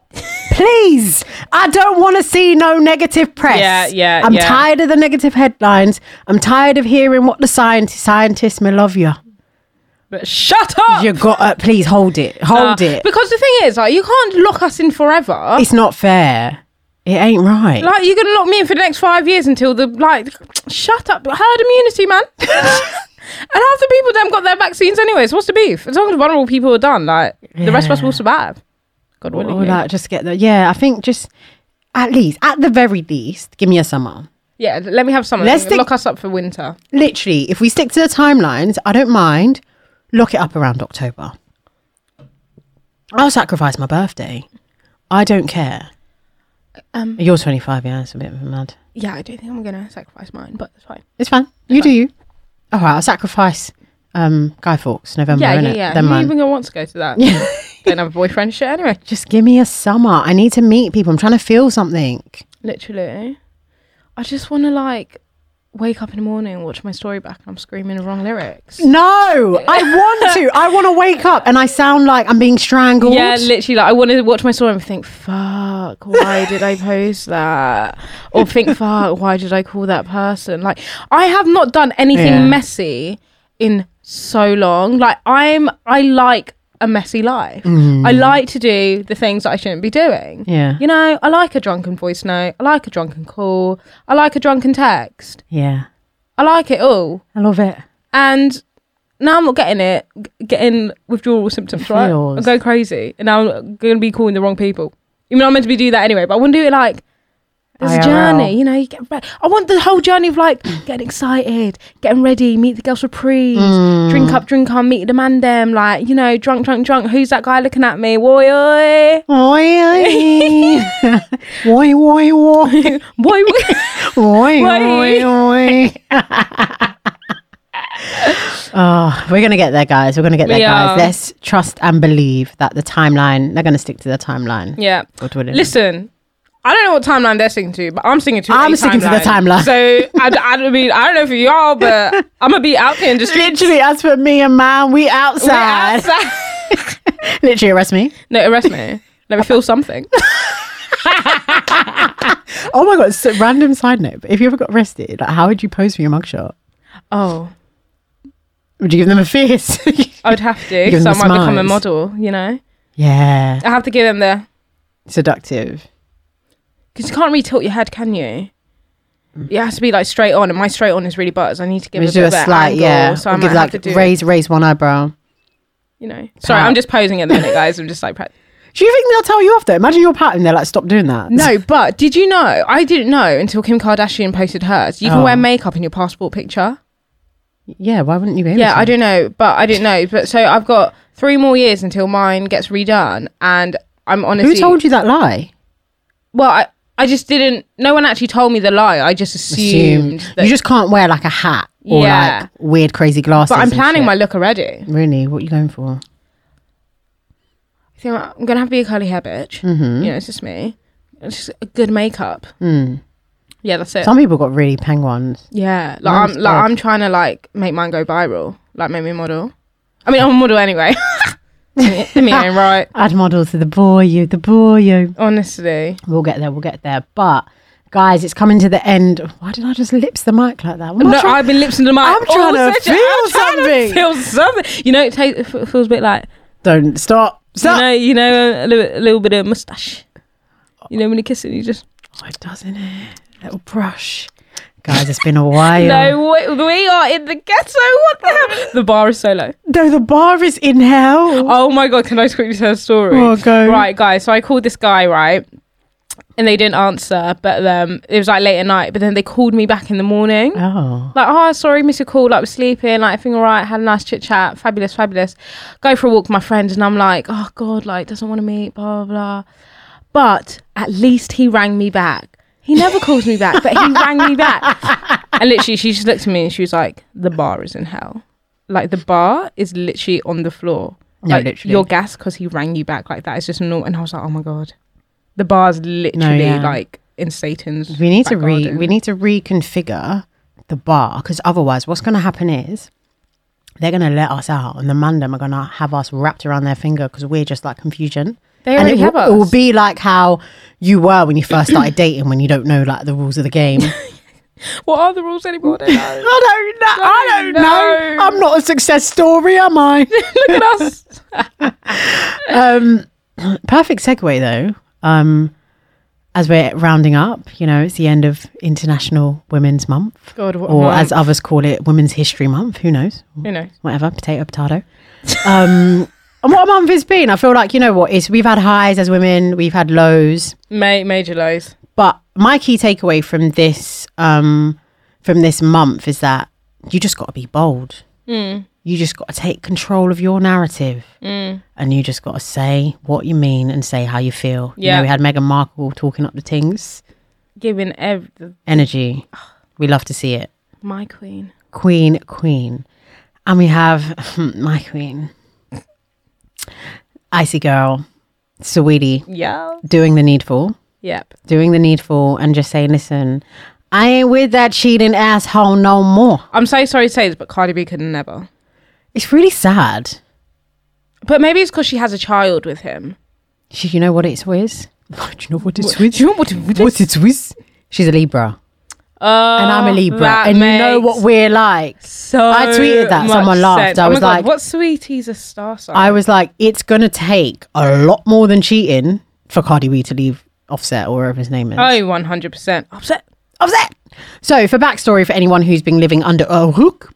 Speaker 2: please, I don't want to see no negative press.
Speaker 1: Yeah, yeah,
Speaker 2: I'm
Speaker 1: yeah.
Speaker 2: tired of the negative headlines. I'm tired of hearing what the scientists, scientists may love you.
Speaker 1: But shut up.
Speaker 2: You got to, please hold it. Hold
Speaker 1: Uh,
Speaker 2: it.
Speaker 1: Because the thing is, like, you can't lock us in forever.
Speaker 2: It's not fair. It ain't right.
Speaker 1: Like you're gonna lock me in for the next five years until the like shut up herd immunity, man. and half the people then got their vaccines anyway. So what's the beef? As long as vulnerable people are done, like the rest of us will survive. God willing.
Speaker 2: or
Speaker 1: yeah.
Speaker 2: like, just get the, yeah, I think just at least, at the very least, give me a summer.
Speaker 1: yeah, let me have some.
Speaker 2: Let's
Speaker 1: Let's
Speaker 2: think-
Speaker 1: lock us up for winter.
Speaker 2: Literally, if we stick to the timelines, I don't mind. Lock it up around October. I'll sacrifice my birthday. I don't care.
Speaker 1: Um,
Speaker 2: You're 25, yeah, it's a bit mad.
Speaker 1: Yeah, I don't think I'm gonna sacrifice mine, but it's fine.
Speaker 2: It's fine. You do you. All right, I'll sacrifice um, Guy Fawkes, November,
Speaker 1: Yeah, yeah,
Speaker 2: innit?
Speaker 1: yeah.
Speaker 2: Then
Speaker 1: Who
Speaker 2: mine.
Speaker 1: even gonna want to go to that? don't have a boyfriend shit anyway.
Speaker 2: Just give me a summer. I need to meet people. I'm trying to feel something.
Speaker 1: Literally. I just wanna like wake up in the morning, and watch my story back, and I'm screaming the wrong lyrics.
Speaker 2: No, I want to. I want to wake up and I sound like I'm being strangled.
Speaker 1: Yeah, literally. Like I wanted to watch my story and think, "Fuck, why did I post that?" Or think, "Fuck, why did I call that person?" Like I have not done anything
Speaker 2: Yeah.
Speaker 1: messy in so long. Like I'm, I like a messy life. I like to do the things that I shouldn't be doing.
Speaker 2: Mm. Yeah.
Speaker 1: You know, I like a drunken voice note. I like a drunken call. I like a drunken text.
Speaker 2: yeah.
Speaker 1: I like it all.
Speaker 2: I love it.
Speaker 1: And now I'm not getting it, g- getting withdrawal symptoms, right?
Speaker 2: Feels.
Speaker 1: I go crazy. And now I'm going to be calling the wrong people. You mean I'm meant to be doing that anyway, but I wouldn't do it like there's a
Speaker 2: IRL.
Speaker 1: journey, you know. You get re- I want the whole journey of like getting excited, getting ready, meet the girls for prees, drink up, drink on, meet the man them, like you know, drunk, drunk, drunk. Who's that guy looking at me? Oi, oi,
Speaker 2: Oi, oi. Oi, oi, oi.
Speaker 1: boy.
Speaker 2: Oi,
Speaker 1: Oi.
Speaker 2: oi, oi. oh, we're going to get there, guys. We're going to get there,
Speaker 1: We are.
Speaker 2: guys. Let's trust and believe that the timeline, they're going to stick to the timeline.
Speaker 1: yeah.
Speaker 2: God willing.
Speaker 1: Listen, I don't know what timeline they're sticking to, but I'm sticking to.
Speaker 2: I'm
Speaker 1: a
Speaker 2: sticking to the timeline.
Speaker 1: So I, d- I mean, I don't know for y'all, but I'm gonna be out here in the street.
Speaker 2: Literally, as for me and man, we
Speaker 1: We're
Speaker 2: outside.
Speaker 1: outside.
Speaker 2: Literally, arrest me.
Speaker 1: No, arrest me. Let me feel something.
Speaker 2: Oh my god! So random side note: but if you ever got arrested, like, how would you pose for your mugshot?
Speaker 1: Oh,
Speaker 2: Would you give them a fist?
Speaker 1: I would have to.
Speaker 2: Give
Speaker 1: So I might
Speaker 2: them the
Speaker 1: become a
Speaker 2: smiles.
Speaker 1: model. You know,
Speaker 2: yeah,
Speaker 1: I have to give them the
Speaker 2: seductive.
Speaker 1: because you can't really tilt your head, can you? It has to be like straight on, and my straight on is really butters. I need to give
Speaker 2: Would
Speaker 1: it
Speaker 2: you
Speaker 1: a bit
Speaker 2: do a
Speaker 1: of an
Speaker 2: slight,
Speaker 1: angle,
Speaker 2: yeah.
Speaker 1: so
Speaker 2: Or
Speaker 1: I might
Speaker 2: give,
Speaker 1: have
Speaker 2: like
Speaker 1: to do.
Speaker 2: raise, raise one eyebrow.
Speaker 1: you know, sorry,
Speaker 2: Pat.
Speaker 1: I'm just posing at the minute, guys. I'm just like. prac-
Speaker 2: Do you think they'll tell you off though? Imagine you're patting, they're like, "Stop doing that."
Speaker 1: No, but did you know? I didn't know until Kim Kardashian posted hers. You can
Speaker 2: Oh.
Speaker 1: wear makeup in your passport picture.
Speaker 2: Yeah, why wouldn't you be? Able
Speaker 1: Yeah,
Speaker 2: to?
Speaker 1: I don't know, but I didn't know. But so I've got three more years until mine gets redone, and I'm honestly.
Speaker 2: Who told you that lie?
Speaker 1: Well, I, I just didn't. No one actually told me the lie. I just assumed. that,
Speaker 2: You just can't wear like a hat or
Speaker 1: Yeah.
Speaker 2: like weird, crazy glasses.
Speaker 1: but I'm
Speaker 2: and
Speaker 1: planning
Speaker 2: shit.
Speaker 1: my look already.
Speaker 2: Really, what are you going for?
Speaker 1: I think I'm gonna have to be a curly hair bitch.
Speaker 2: Mm-hmm.
Speaker 1: You know, it's just me. It's just a good makeup.
Speaker 2: Hmm.
Speaker 1: Yeah, that's it.
Speaker 2: Some people got really penguins.
Speaker 1: yeah, like
Speaker 2: Mine's
Speaker 1: I'm like
Speaker 2: dead.
Speaker 1: I'm trying to like make mine go viral. Like make me a model. I mean, I'm a model anyway. I mean, right?
Speaker 2: Add model to the boy you, the boy you.
Speaker 1: Honestly,
Speaker 2: We'll get there. We'll get there. But guys, it's coming to the end. Why did I just lips the mic like that? What am I
Speaker 1: no,
Speaker 2: trying-
Speaker 1: I've been lips in the mic.
Speaker 2: I'm
Speaker 1: all
Speaker 2: trying to
Speaker 1: session. I'm
Speaker 2: feel
Speaker 1: trying to
Speaker 2: something.
Speaker 1: feel something. You know, it, ta- it f- feels a bit like
Speaker 2: don't stop.
Speaker 1: You
Speaker 2: Stop.
Speaker 1: know, you know, a little, a little bit of mustache. You know, when you kiss it, you just
Speaker 2: Oh, it doesn't it? Little brush. Guys, it's been a while.
Speaker 1: no. We, we are in the ghetto. What the hell? The bar is so low.
Speaker 2: no, the bar is in hell.
Speaker 1: Oh my god! Can I just quickly tell a story?
Speaker 2: Oh, go.
Speaker 1: Right, guys. So I called this guy, right, and they didn't answer. But um, it was like late at night. But then they called me back in the morning.
Speaker 2: Oh.
Speaker 1: Like, oh, sorry, missed your call. Like, was sleeping. Like, everything all right. Had a nice chit chat. Fabulous, fabulous. Go for a walk with my friend, and I'm like, oh god, like doesn't want to meet. Blah blah blah. But at least he rang me back. He never calls me back, but he rang me back. And literally, she just looked at me and she was like, "The bar is in hell. Like the bar is literally on the floor.
Speaker 2: No,
Speaker 1: like,
Speaker 2: literally.
Speaker 1: Your gas because he rang you back like that is just normal." And I was like, "Oh my god, the bar's literally
Speaker 2: yeah.
Speaker 1: like in Satan's."
Speaker 2: We need to
Speaker 1: back
Speaker 2: re
Speaker 1: garden.
Speaker 2: we need to reconfigure the bar because otherwise what's gonna happen is they're gonna let us out and the mandem are gonna have us wrapped around their finger because we're just like confusion.
Speaker 1: They
Speaker 2: and
Speaker 1: already
Speaker 2: it,
Speaker 1: have
Speaker 2: will, it will
Speaker 1: us.
Speaker 2: be like how you were when you first started dating when you don't know like the rules of the game.
Speaker 1: What are the rules anymore? I don't know.
Speaker 2: I don't know. I
Speaker 1: Don't
Speaker 2: don't know.
Speaker 1: know.
Speaker 2: I'm not a success story, am I?
Speaker 1: Look at us.
Speaker 2: um, perfect segue though. Um, as we're rounding up, you know, it's the end of International Women's Month,
Speaker 1: God, what?
Speaker 2: or as others call it, Women's History Month. Who knows?
Speaker 1: you know.
Speaker 2: Whatever, potato, potato. um, and what a month it's been. I feel like you know what is. We've had highs as women. We've had lows.
Speaker 1: Ma- major lows.
Speaker 2: But my key takeaway from this um, from this month is that you just got to be bold. You just got to take control of your narrative, and you just got to say what you mean and say how you feel. You
Speaker 1: Yeah.
Speaker 2: know, we had Meghan Markle talking up the things.
Speaker 1: Giving ev-
Speaker 2: Energy, we love to see it.
Speaker 1: my queen.
Speaker 2: Queen, Queen, and we have my Queen, icy girl, sweetie,
Speaker 1: Yeah.
Speaker 2: doing the needful.
Speaker 1: Yep.
Speaker 2: doing the needful and just saying, listen, I ain't with that cheating asshole no more.
Speaker 1: I'm so sorry to say this, but Cardi B could never.
Speaker 2: It's really sad.
Speaker 1: But maybe it's because she has a child with him.
Speaker 2: She, you know what it's with? Do you know what it's
Speaker 1: Do you know what it
Speaker 2: What it's with? Oh, She's a Libra. and I'm a Libra. And you know what we're like.
Speaker 1: Oh, So
Speaker 2: I tweeted that, someone
Speaker 1: much
Speaker 2: laughed.
Speaker 1: sense.
Speaker 2: I
Speaker 1: Oh my
Speaker 2: was
Speaker 1: God,
Speaker 2: like-
Speaker 1: "What sweetie's a star sign?"
Speaker 2: I was like, it's gonna take a lot more than cheating for Cardi B to leave Offset or whatever his name is.
Speaker 1: oh, one hundred percent upset.
Speaker 2: Offset. So for backstory for anyone who's been living under a hook,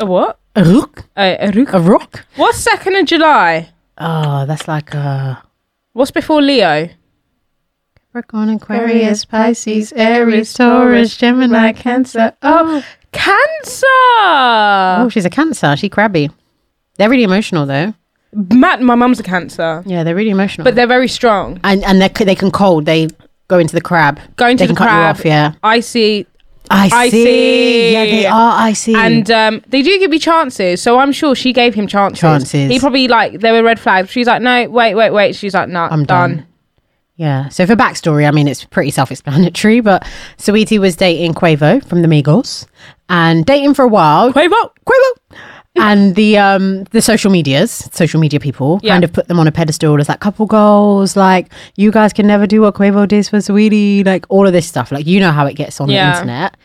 Speaker 1: A what?
Speaker 2: a hook,
Speaker 1: A, a rook.
Speaker 2: a rock.
Speaker 1: What's second of July?
Speaker 2: Oh, that's like a
Speaker 1: What's before Leo?
Speaker 2: Capricorn, Aquarius, Pisces, Aries, Taurus, Gemini, Cancer. Oh,
Speaker 1: Cancer.
Speaker 2: oh, she's a Cancer. She crabby. They're really emotional though.
Speaker 1: Matt, my mum's a Cancer,
Speaker 2: Yeah, they're really emotional.
Speaker 1: but they're very strong.
Speaker 2: and and they they can cold. They go into the crab.
Speaker 1: Going to
Speaker 2: they
Speaker 1: the
Speaker 2: can cut
Speaker 1: crab.
Speaker 2: you off. Yeah,
Speaker 1: Icy,
Speaker 2: I see.
Speaker 1: I see.
Speaker 2: Yeah, they are. I see.
Speaker 1: and um, they do give you chances. So I'm sure she gave him chances.
Speaker 2: Chances.
Speaker 1: He probably like there were red flags. She's like, no, wait, wait, wait. She's like, no,
Speaker 2: I'm
Speaker 1: done.
Speaker 2: done. Yeah. So for backstory, I mean, it's pretty self-explanatory, but Saweetie was dating Quavo from the Migos and dating for a while.
Speaker 1: Quavo.
Speaker 2: Quavo. and the um the social medias, social media people,
Speaker 1: Yeah.
Speaker 2: kind of put them on a pedestal as like couple goals, like you guys can never do what Quavo did for Saweetie, like all of this stuff. Like you know how it gets on
Speaker 1: Yeah.
Speaker 2: the internet.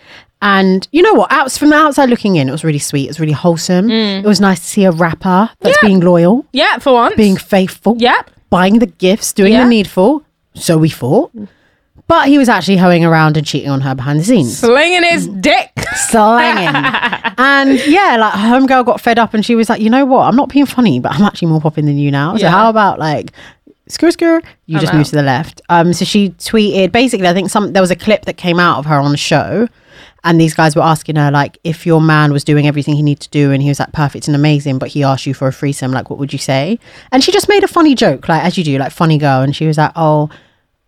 Speaker 2: And you know what? Outs from the outside looking in, it was really sweet. It was really wholesome. It was nice to see a rapper that's being loyal,
Speaker 1: Mm. Yeah, for once.
Speaker 2: being faithful
Speaker 1: Yep.
Speaker 2: buying the gifts, doing
Speaker 1: Yeah.
Speaker 2: the needful. So we thought. But he was actually hoeing around and cheating on her behind the scenes.
Speaker 1: Slinging his
Speaker 2: Mm.
Speaker 1: dick.
Speaker 2: Slanging. and yeah, like homegirl got fed up and she was like, you know what? I'm not being funny, but I'm actually more popping than you now. So
Speaker 1: Yeah.
Speaker 2: how about like screw screw you just
Speaker 1: out.
Speaker 2: move to the left um so she tweeted basically i think some there was a clip that came out of her on a show and these guys were asking her like if your man was doing everything he needed to do and he was like perfect and amazing but he asked you for a threesome like what would you say and she just made a funny joke like as you do like funny girl and she was like oh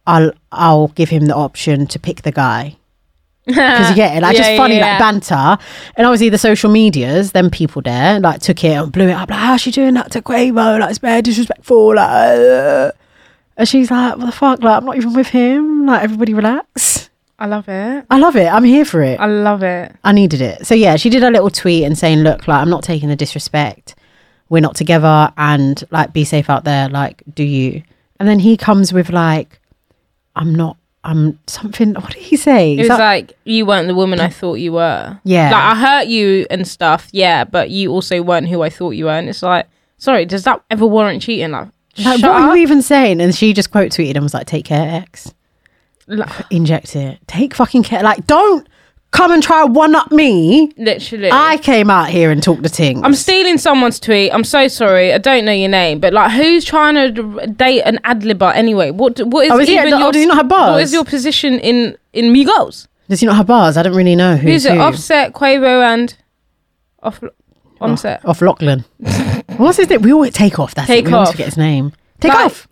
Speaker 2: i'll i'll give him the option to pick the guy because you get it like
Speaker 1: Yeah,
Speaker 2: just funny
Speaker 1: yeah, yeah.
Speaker 2: like banter and obviously the social medias then people there like took it and blew it up like how's she doing that to Quavo like it's very disrespectful like uh." and she's like what the fuck like I'm not even with him like everybody relax
Speaker 1: I love it.
Speaker 2: I love it I'm here for it
Speaker 1: I love it.
Speaker 2: I needed it. So yeah, she did a little tweet and saying, "Look, like I'm not taking the disrespect. We're not together, and like be safe out there. Like, do you?" And then he comes with like, "I'm not. I'm something. What did he say?
Speaker 1: It was like you weren't the woman I thought you were.
Speaker 2: Yeah.
Speaker 1: Like "Ah, I hurt you and stuff. Yeah, but you also weren't who I thought you were. And it's like, sorry, does that ever warrant cheating? Like,
Speaker 2: Like,
Speaker 1: shut
Speaker 2: what are
Speaker 1: up.
Speaker 2: you even saying?" And she just quote tweeted and was like, "Take care, ex.
Speaker 1: Like,
Speaker 2: Inject it. Take fucking care. Like, don't come and try one up me.
Speaker 1: literally.
Speaker 2: I came out here and talked to ting.
Speaker 1: I'm stealing someone's tweet. I'm so sorry. I don't know your name, but like, who's trying to d- date an ad libber anyway? What? do- What is
Speaker 2: Oh, is he-
Speaker 1: even
Speaker 2: oh,
Speaker 1: your?
Speaker 2: does he not have bars?
Speaker 1: What is your position in in Migos?
Speaker 2: Does he not have bars? I don't really know who's,
Speaker 1: Who's it?
Speaker 2: who.
Speaker 1: Offset, Quavo, and off Offset.
Speaker 2: Oh, off Lachlan. What's his name? We always take off. That's
Speaker 1: Take
Speaker 2: it. We always
Speaker 1: off.
Speaker 2: forget his name. Take
Speaker 1: Like-
Speaker 2: off.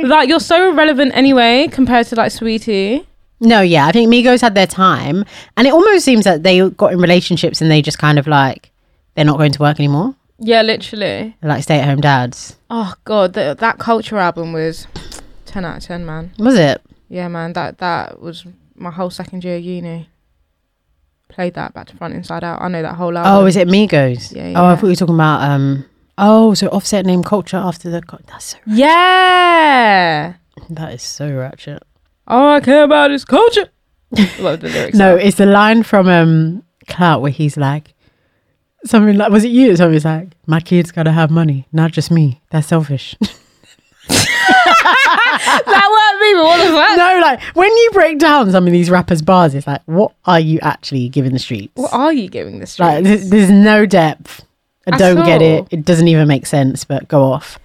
Speaker 1: like you're so irrelevant anyway compared to like Sweetie.
Speaker 2: No, yeah, I think Migos had their time, and it almost seems that they got in relationships and they just kind of like they're not going to work anymore.
Speaker 1: Yeah, literally.
Speaker 2: They're like stay-at-home dads.
Speaker 1: Oh god, that that culture album was ten out of ten, man.
Speaker 2: Was it?
Speaker 1: Yeah, man, that that was my whole second year of uni. Played that back to front, inside out. I know that whole album.
Speaker 2: Oh, is it Migos?
Speaker 1: Yeah,
Speaker 2: Oh, I
Speaker 1: yeah.
Speaker 2: thought you were talking about um. Oh, so Offset named Culture after the. Co- that's so,
Speaker 1: Yeah.
Speaker 2: that is so ratchet.
Speaker 1: All I care about is culture. Love the lyrics.
Speaker 2: No, it's the line from um Clout where he's like something like was it you? Something's like my kids gotta have money, not just me. That's selfish.
Speaker 1: that weren't me, but what the fuck?
Speaker 2: no, like when you break down some of these rappers' bars, it's like, what are you actually giving the streets?
Speaker 1: What are you giving this?
Speaker 2: Like,
Speaker 1: Like,
Speaker 2: th- there's no depth. I
Speaker 1: At
Speaker 2: don't get
Speaker 1: all.
Speaker 2: it. It doesn't even make sense. But go off.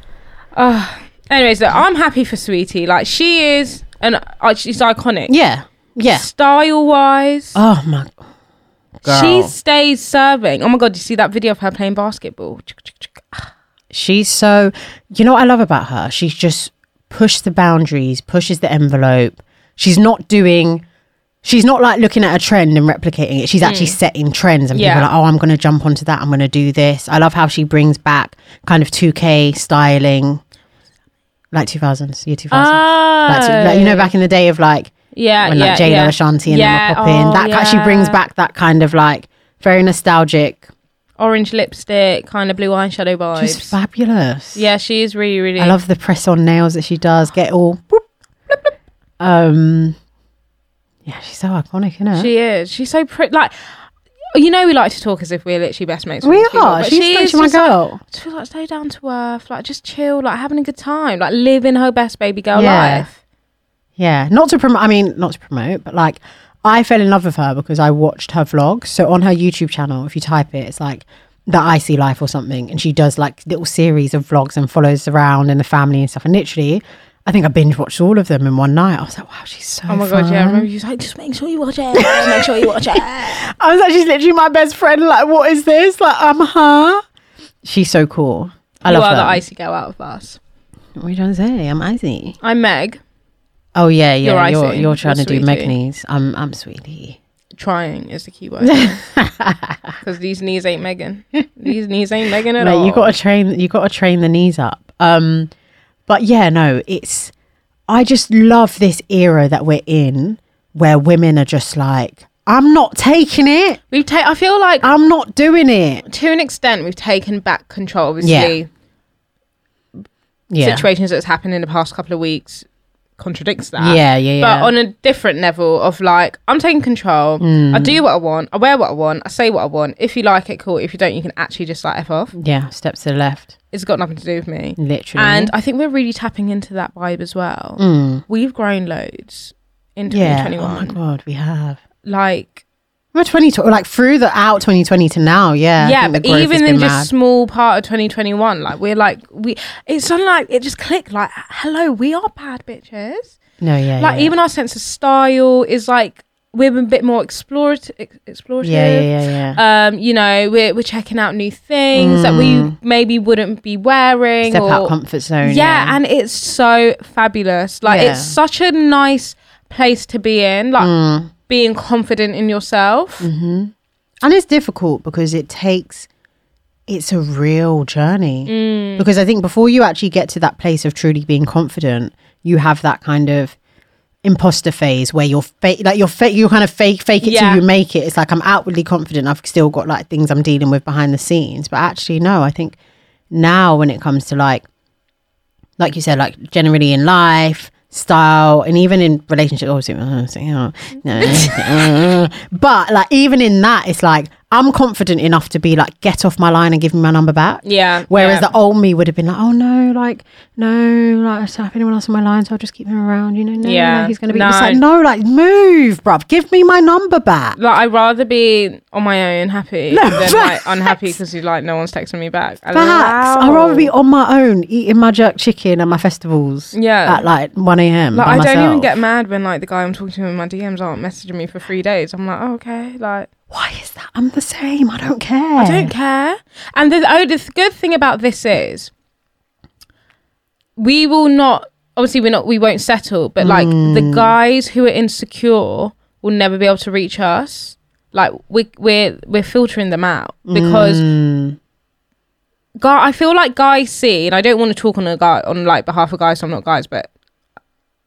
Speaker 1: Anyways, look, Ah. I'm happy for Sweetie. Like, she is, and uh, she's iconic.
Speaker 2: Yeah, yeah.
Speaker 1: Style wise,
Speaker 2: Oh my. Girl.
Speaker 1: she stays serving. Oh my god, you see that video of her playing basketball? Chick, chick, chick.
Speaker 2: She's so, you know what I love about her? She's just pushed the boundaries, pushes the envelope. She's not doing, she's not like looking at a trend and replicating it. She's actually setting trends and
Speaker 1: Mm. Yeah.
Speaker 2: people are like, oh, I'm going to jump onto that. I'm going to do this. I love how she brings back kind of 2K styling, like 2000s, year 2000.
Speaker 1: Oh,
Speaker 2: Like, to- like, you know, back in the day of like,
Speaker 1: Ah. Yeah,
Speaker 2: when
Speaker 1: Oh. Uh, yeah,
Speaker 2: like Jane
Speaker 1: yeah.
Speaker 2: Ashanti and
Speaker 1: Yeah,
Speaker 2: Emma pop in.
Speaker 1: oh,
Speaker 2: that actually brings
Speaker 1: yeah.
Speaker 2: back that kind of like very nostalgic,
Speaker 1: Orange lipstick, kind of blue eyeshadow vibes.
Speaker 2: just fabulous.
Speaker 1: yeah, she is really, really.
Speaker 2: I love the press on nails that she does. Get all. Whoop, Um, yeah, she's so iconic, isn't it?
Speaker 1: She is. She's so pretty. Like, you know, we like to talk as if we're literally best mates.
Speaker 2: we
Speaker 1: with people,
Speaker 2: are.
Speaker 1: but
Speaker 2: She's,
Speaker 1: she
Speaker 2: such
Speaker 1: is
Speaker 2: my
Speaker 1: just, like,
Speaker 2: girl.
Speaker 1: I just feel like so down to earth, like just chill, like having a good time, like living her best baby girl
Speaker 2: Yeah.
Speaker 1: life.
Speaker 2: Yeah, not to promote. I mean, not to promote, but like, I fell in love with her because I watched her vlogs. So on her YouTube channel, if you type it, it's like the icy life or something, and she does like little series of vlogs and follows around and the family and stuff. And literally, I think I binge watched all of them in one night. I was like, wow, she's so.
Speaker 1: Oh my god, yeah. I
Speaker 2: fun.
Speaker 1: remember you was like, just make sure you watch it. Just make sure you watch it.
Speaker 2: I was like, she's literally my best friend. Like, what is this? Like, I'm her. She's so cool. I
Speaker 1: you
Speaker 2: love
Speaker 1: are
Speaker 2: her.
Speaker 1: the icy girl out of us.
Speaker 2: What are you trying to say? I'm icy.
Speaker 1: I'm Meg,
Speaker 2: Oh yeah,
Speaker 1: You're
Speaker 2: yeah. You're you're,
Speaker 1: icy.
Speaker 2: trying
Speaker 1: You're
Speaker 2: to do
Speaker 1: sweetie.
Speaker 2: Meganese. I'm I'm sweetie.
Speaker 1: trying is the key word because these knees ain't Megan. These knees ain't Megan at all.
Speaker 2: Mate, you got to train. You got to train the knees up. Um, but yeah, no, it's. I just love this era that we're in, where women are just like, I'm not taking it.
Speaker 1: We've taken. I feel like
Speaker 2: I'm not doing it.
Speaker 1: to an extent we've taken back control. Obviously,
Speaker 2: Yeah. Yeah.
Speaker 1: situations that's happened in the past couple of weeks contradicts that.
Speaker 2: Yeah, yeah,
Speaker 1: But
Speaker 2: yeah.
Speaker 1: on a different level of like, I'm taking control.
Speaker 2: Mm.
Speaker 1: I do what I want. I wear what I want. I say what I want. If you like it, cool. If you don't, you can actually just like f off.
Speaker 2: yeah. Steps to the left,
Speaker 1: It's got nothing to do with me.
Speaker 2: literally.
Speaker 1: And I think we're really tapping into that vibe as well. We've grown loads in
Speaker 2: Mm. yeah. Oh
Speaker 1: 2021.
Speaker 2: my god, we have.
Speaker 1: like,
Speaker 2: We're 2020, like through the out 2020 to now, yeah. I
Speaker 1: yeah,
Speaker 2: think the
Speaker 1: but
Speaker 2: growth has
Speaker 1: even
Speaker 2: been
Speaker 1: in just
Speaker 2: mad.
Speaker 1: small part of 2021, like we're like we. It's suddenly like it just clicked. Like, hello, we are bad bitches.
Speaker 2: no, yeah,
Speaker 1: like
Speaker 2: yeah.
Speaker 1: even our sense of style is like we're a bit more explorat- ex- explorative.
Speaker 2: yeah, yeah, yeah, yeah.
Speaker 1: Um, you know, we're we're checking out new things that we maybe wouldn't be wearing.
Speaker 2: Mm. Step
Speaker 1: or,
Speaker 2: out comfort zone.
Speaker 1: yeah, and it's so fabulous. Like
Speaker 2: Yeah. Mm.
Speaker 1: it's such a nice place to be in. Like being confident in yourself.
Speaker 2: Mm-hmm. And it's difficult because it takes, it's a real journey.
Speaker 1: Mm.
Speaker 2: Because I think before you actually get to that place of truly being confident, you have that kind of imposter phase where you're fake, like you're fake, you kind of fake, fake it
Speaker 1: Yeah.
Speaker 2: till you make it. It's like I'm outwardly confident. I've still got like things I'm dealing with behind the scenes. But actually, no, I think now when it comes to like, like you said, like generally in life, style, and even in relationships, obviously, uh, oh, no, no, uh. but like even in that, it's like I'm confident enough to be like, get off my line and give me my number back.
Speaker 1: Yeah.
Speaker 2: Whereas
Speaker 1: yeah.
Speaker 2: the old me would have been like, oh no, like no, like I don't have anyone else on my line, so I'll just keep him around. You know, no,
Speaker 1: Yeah.
Speaker 2: yeah, he's gonna be.
Speaker 1: No.
Speaker 2: It's like no, like move, bruv, give me my number back.
Speaker 1: like I'd rather be on my own happy than like unhappy because you like no one's texting me back.
Speaker 2: Facts. I'd rather be
Speaker 1: Allow.
Speaker 2: on my own eating my jerk chicken at my festivals.
Speaker 1: Yeah.
Speaker 2: At like 1 a.m.
Speaker 1: Like
Speaker 2: Mm. by
Speaker 1: I don't even
Speaker 2: myself.
Speaker 1: get mad when like the guy I'm talking to in my DMs aren't messaging me for three days. I'm like, oh, okay, like
Speaker 2: Why is that? I'm the same. I don't care.
Speaker 1: I don't care. And the oh, the th- good thing about this is, we will not. Obviously, we're not. We won't settle. But like
Speaker 2: Mm.
Speaker 1: the guys who are insecure will never be able to reach us. Like we we're we're filtering them out because.
Speaker 2: Mm.
Speaker 1: Guy, I feel like guys see, and I don't want to talk on a guy on like behalf of guys. So I'm not guys, but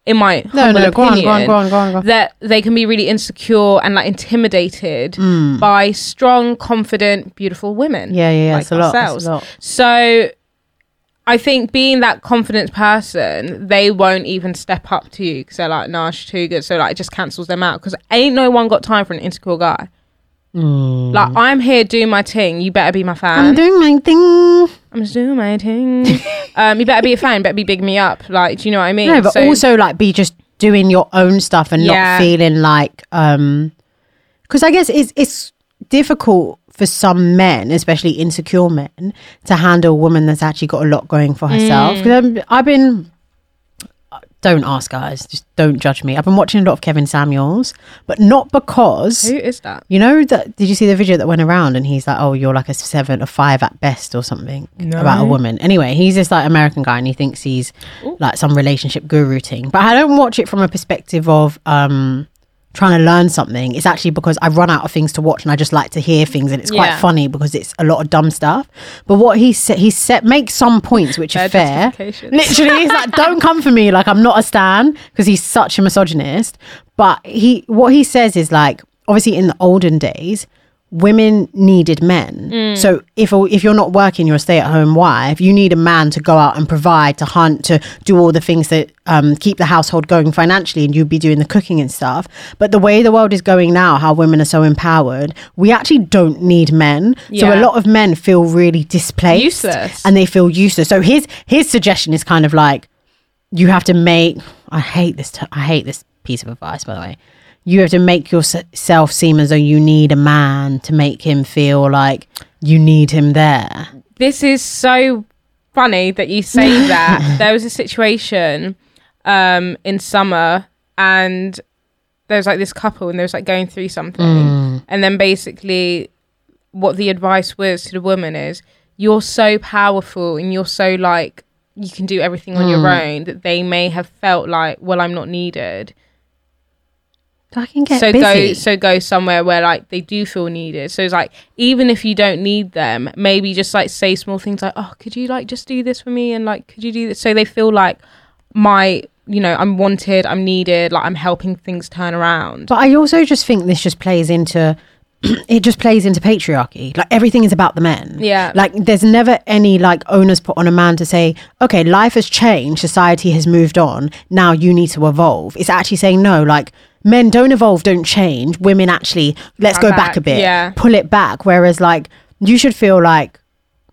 Speaker 1: in my
Speaker 2: No,
Speaker 1: humble
Speaker 2: no, go on, go on,
Speaker 1: opinion,
Speaker 2: go on, go on, go on.
Speaker 1: that they can be really insecure and like intimidated by strong, confident, beautiful women.
Speaker 2: Mm. Yeah, yeah, yeah.
Speaker 1: like
Speaker 2: it's a lot.
Speaker 1: ourselves.
Speaker 2: It's a lot.
Speaker 1: So I think being that confident person, they won't even step up to you because they're like, nah, she's too good. So like, it just cancels them out because ain't no one got time for an insecure guy. Like, I'm here doing my thing. You better be my fan.
Speaker 2: Mm. I'm doing my thing.
Speaker 1: I'm just doing my thing. um, you better be a fan. Better be bigging me up. Like, do you know what I mean?
Speaker 2: No, but
Speaker 1: So-
Speaker 2: also like be just doing your own stuff and
Speaker 1: Yeah.
Speaker 2: not feeling like um because I guess it's it's difficult for some men, especially insecure men, to handle a woman that's actually got a lot going for herself.
Speaker 1: Mm.
Speaker 2: Because I've been don't ask guys, just don't judge me. I've been watching a lot of Kevin Samuels, but not because
Speaker 1: who is that?
Speaker 2: you know that? Did you see the video that went around? And he's like, "Oh, you're like a seven or five at best, or something about a woman." Anyway, he's this like American guy, and he thinks he's like some relationship guru thing. But I don't watch it from a perspective of um trying to learn something. It's actually because I run out of things to watch and I just like to hear things, and it's quite
Speaker 1: Yeah.
Speaker 2: funny because it's a lot of dumb stuff. But what he said, he said, makes some points which are
Speaker 1: Fair
Speaker 2: fair.
Speaker 1: justification.
Speaker 2: Literally, he's like, don't come for me. Like I'm not a stan because he's such a misogynist. But he, what he says is like, obviously in the olden days. Women needed men. So if a- if you're not working, you're a stay-at-home wife. You need a man to go out and provide, to hunt, to do all the things that um, keep the household going financially, and you'd be doing the cooking and stuff. But the way the world is going now, how women are so empowered, we actually don't need men. So a
Speaker 1: Yeah.
Speaker 2: lot of men feel really displaced,
Speaker 1: Useless.
Speaker 2: and they feel useless. So his his suggestion is kind of like you have to make i hate this t- i hate this piece of advice by the way you have to make yourself seem as though you need a man to make him feel like you need him there
Speaker 1: this is so funny that you say that. there was a situation um, in summer, and there was like this couple, and they was like going through something, and then basically, what the advice was to the woman is, "You're so powerful, and you're so like you can do everything on your own." That they may have felt like, "Well, I'm not needed."
Speaker 2: i can get
Speaker 1: so
Speaker 2: busy
Speaker 1: go so go somewhere where like they do feel needed so it's like even if you don't need them maybe just like say small things like oh could you like just do this for me and like could you do this so they feel like my you know i'm wanted i'm needed like i'm helping things turn around
Speaker 2: but i also just think this just plays into it just plays into patriarchy like everything is about the men
Speaker 1: Yeah.
Speaker 2: like there's never any like onus put on a man to say okay life has changed society has moved on now you need to evolve it's actually saying no like men don't evolve don't change women actually let's
Speaker 1: Come
Speaker 2: go back.
Speaker 1: back,
Speaker 2: a bit
Speaker 1: yeah.
Speaker 2: pull it back whereas like you should feel like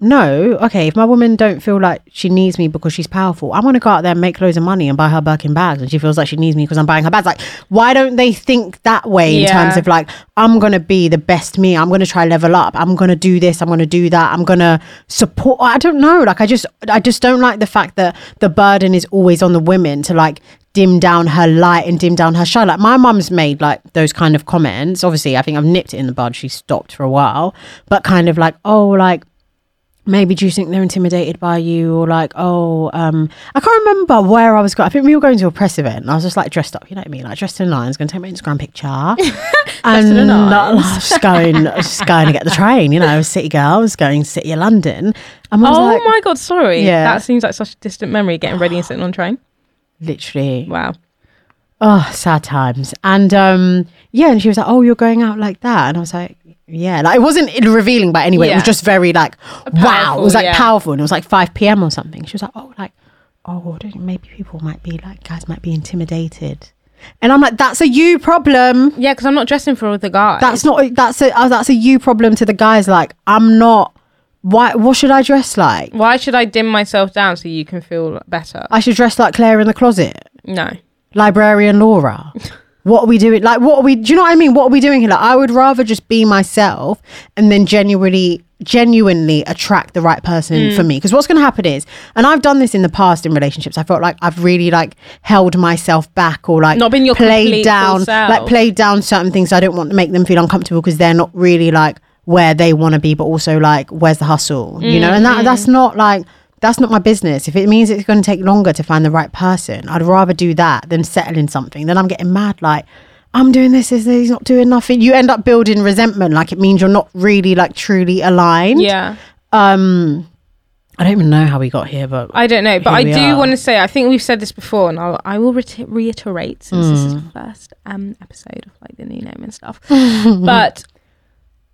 Speaker 2: no okay if my woman don't feel like she needs me because she's powerful i want to go out there and make loads of money and buy her birkin bags and she feels like she needs me because i'm buying her bags like why don't they think that way in
Speaker 1: Yeah.
Speaker 2: terms of like i'm gonna be the best me i'm gonna try level up i'm gonna do this i'm gonna do that i'm gonna support i don't know like i just i just don't like the fact that the burden is always on the women to like dim down her light and dim down her shine like my mum's made like those kind of comments obviously i think i've nipped it in the bud she stopped for a while but kind of like oh like maybe do you think they're intimidated by you or like oh um i can't remember where i was going i think we were going to a press event and i was just like dressed up you know what i mean like dressed in a lion's gonna take my instagram picture and I was just going just going to get the train you know I was a city girl I was going to city of london and i was
Speaker 1: oh
Speaker 2: like
Speaker 1: my god sorry
Speaker 2: Yeah.
Speaker 1: that seems like such a distant memory getting ready and sitting on a train
Speaker 2: literally
Speaker 1: wow
Speaker 2: oh sad times and um yeah and she was like oh you're going out like that and i was like yeah like it wasn't revealing by anyway it
Speaker 1: Yeah.
Speaker 2: was just very like wow it
Speaker 1: Powerful,
Speaker 2: was like
Speaker 1: yeah.
Speaker 2: powerful and it was like 5 p.m or something she was like oh like oh I don't know, maybe people might be like guys might be intimidated and i'm like that's a you problem
Speaker 1: yeah because i'm not dressing for all the guys
Speaker 2: that's not that's a uh, that's a you problem to the guys like i'm not why what should i dress like
Speaker 1: why should i dim myself down so you can feel better
Speaker 2: i should dress like claire in the closet
Speaker 1: no
Speaker 2: librarian Laura. What are we doing? Like, what are we? Do you know what I mean? What are we doing here? Like, I would rather just be myself and then genuinely, genuinely attract the right person for
Speaker 1: Mm.
Speaker 2: me. Because what's going to happen is, and I've done this in the past in relationships. I felt like I've really like held myself back or like
Speaker 1: Not been your complete
Speaker 2: played
Speaker 1: full
Speaker 2: down,
Speaker 1: self.
Speaker 2: like played down certain things. I don't want to make them feel uncomfortable because they're not really like where they want to be, but also like where's the hustle, you know? And that that's
Speaker 1: Mm-hmm.
Speaker 2: not like that's not my business. If it means it's going to take longer to find the right person, I'd rather do that than settle in something. Then I'm getting mad like. I'm doing this, is he's not doing nothing. You end up building resentment, like it means you're not really, like, truly aligned.
Speaker 1: yeah
Speaker 2: Um, I don't even know how we got here, but
Speaker 1: I don't know, but
Speaker 2: Here
Speaker 1: I
Speaker 2: we
Speaker 1: do
Speaker 2: are.
Speaker 1: want to say I think we've said this before, and I'll, I will rete- reiterate since this
Speaker 2: Hmm.
Speaker 1: is the first um, episode of like the new name and stuff. but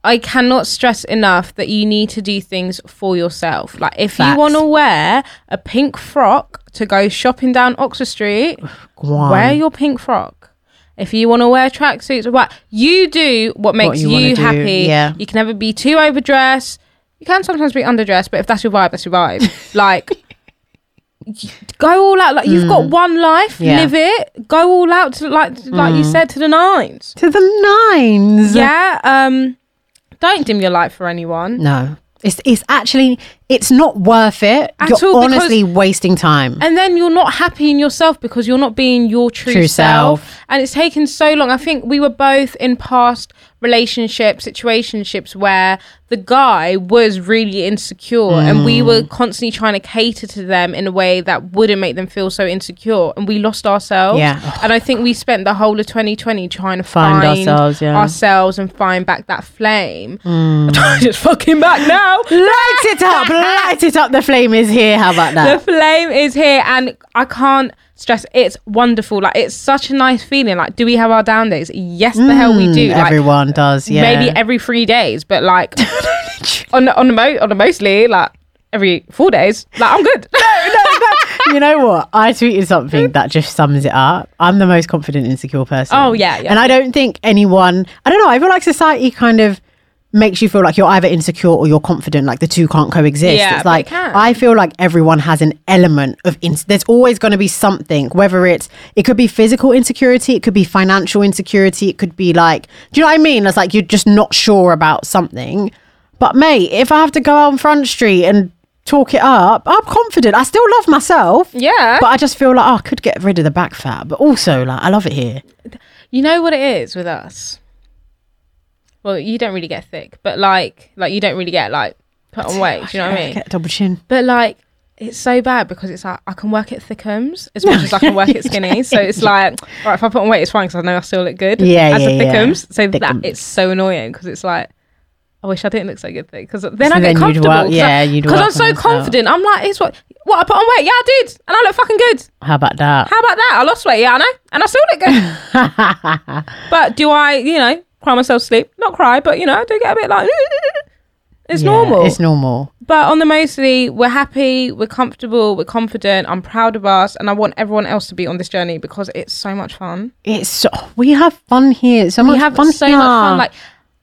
Speaker 1: I cannot stress enough that you need to do things for yourself. Like if
Speaker 2: Facts.
Speaker 1: you want to wear a pink frock to go shopping down Oxford Street,
Speaker 2: go on.
Speaker 1: wear your pink frock. If you want to wear tracksuits or what, you do what makes
Speaker 2: you
Speaker 1: you,
Speaker 2: wanna do,
Speaker 1: happy.
Speaker 2: yeah.
Speaker 1: You can never be too overdressed. You can sometimes be underdressed, but if that's your vibe, that's your vibe. Like, you- go all out. Like you've got one life,
Speaker 2: Mm. Yeah. Mm.
Speaker 1: live it. Go all out to like, like you said, to the nines.
Speaker 2: to the nines.
Speaker 1: Yeah. Um, don't dim your light for anyone.
Speaker 2: No. It's it's actually it's not worth it.
Speaker 1: At
Speaker 2: You're
Speaker 1: all, because-
Speaker 2: honestly wasting time.
Speaker 1: And then you're not happy in yourself because you're not being your true,
Speaker 2: True
Speaker 1: self.
Speaker 2: self.
Speaker 1: And it's taken so long. I think we were both in past relationships, situationships where the guy was really insecure and
Speaker 2: Mm.
Speaker 1: we were constantly trying to cater to them in a way that wouldn't make them feel so insecure. And we lost ourselves.
Speaker 2: Yeah.
Speaker 1: And I think we spent the whole of 2020 trying to find,
Speaker 2: Find ourselves, yeah. Mm.
Speaker 1: ourselves and find back that flame. It's fucking back now.
Speaker 2: light it up, light it up. The flame is here. How about
Speaker 1: the
Speaker 2: that?
Speaker 1: flame is here and i can't stress it's wonderful like it's such a nice feeling like do we have our down days yes the hell Oh, we do like
Speaker 2: Hmm, Everyone does. Mm, Yeah.
Speaker 1: maybe every three days but like on on the mo on the mostly like every four days like i'm good
Speaker 2: you know what? I tweeted something that just sums it up. I'm the most confident, insecure person.
Speaker 1: Oh, yeah, yeah.
Speaker 2: And I don't think anyone, I don't know, I feel like society kind of makes you feel like you're either insecure or you're confident, like the two can't coexist.
Speaker 1: Yeah,
Speaker 2: it's
Speaker 1: but
Speaker 2: like,
Speaker 1: it can.
Speaker 2: I feel like everyone has an element of, ins- there's always going to be something, whether it's, it could be physical insecurity, it could be financial insecurity, it could be like, do you know what I mean? It's like you're just not sure about something. But mate, if I have to go out on Front Street and talk it up, I'm confident. I still love myself.
Speaker 1: yeah
Speaker 2: But I just feel like oh, I could get rid of the back fat, but also like I love it here.
Speaker 1: you know what it is with us well you don't really get thick but like like you don't really get like put on weight do you know what i mean
Speaker 2: Get a double chin.
Speaker 1: But like, it's so bad because it's like I can work at Thickums as much as I can work at Skinny. So it's like, all right, if I put on weight, it's fine because I know I still look good.
Speaker 2: Yeah,
Speaker 1: as a
Speaker 2: yeah, yeah.
Speaker 1: Thickums. So that
Speaker 2: Thickums.
Speaker 1: it's so annoying because it's like. I wish I didn't look so good thing because then
Speaker 2: So
Speaker 1: I get
Speaker 2: then you'd
Speaker 1: comfortable.
Speaker 2: work-
Speaker 1: 'cause I-
Speaker 2: yeah, you'd
Speaker 1: Because
Speaker 2: work
Speaker 1: I'm so
Speaker 2: on yourself.
Speaker 1: confident. I'm like, it's what what I put on weight. Yeah, I did, and I look fucking good.
Speaker 2: How about that?
Speaker 1: How about that? I lost weight. Yeah, I know, and I still look good. but do I, you know, cry myself to sleep? Not cry, but you know, I do get a bit like. It's
Speaker 2: Yeah,
Speaker 1: normal.
Speaker 2: It's normal.
Speaker 1: But on the mostly, we're happy, we're comfortable, we're confident, I'm proud of us, and I want everyone else to be on this journey because it's so much fun.
Speaker 2: It's so, we have fun here. So
Speaker 1: We
Speaker 2: much
Speaker 1: have
Speaker 2: fun
Speaker 1: so
Speaker 2: here.
Speaker 1: much fun. Like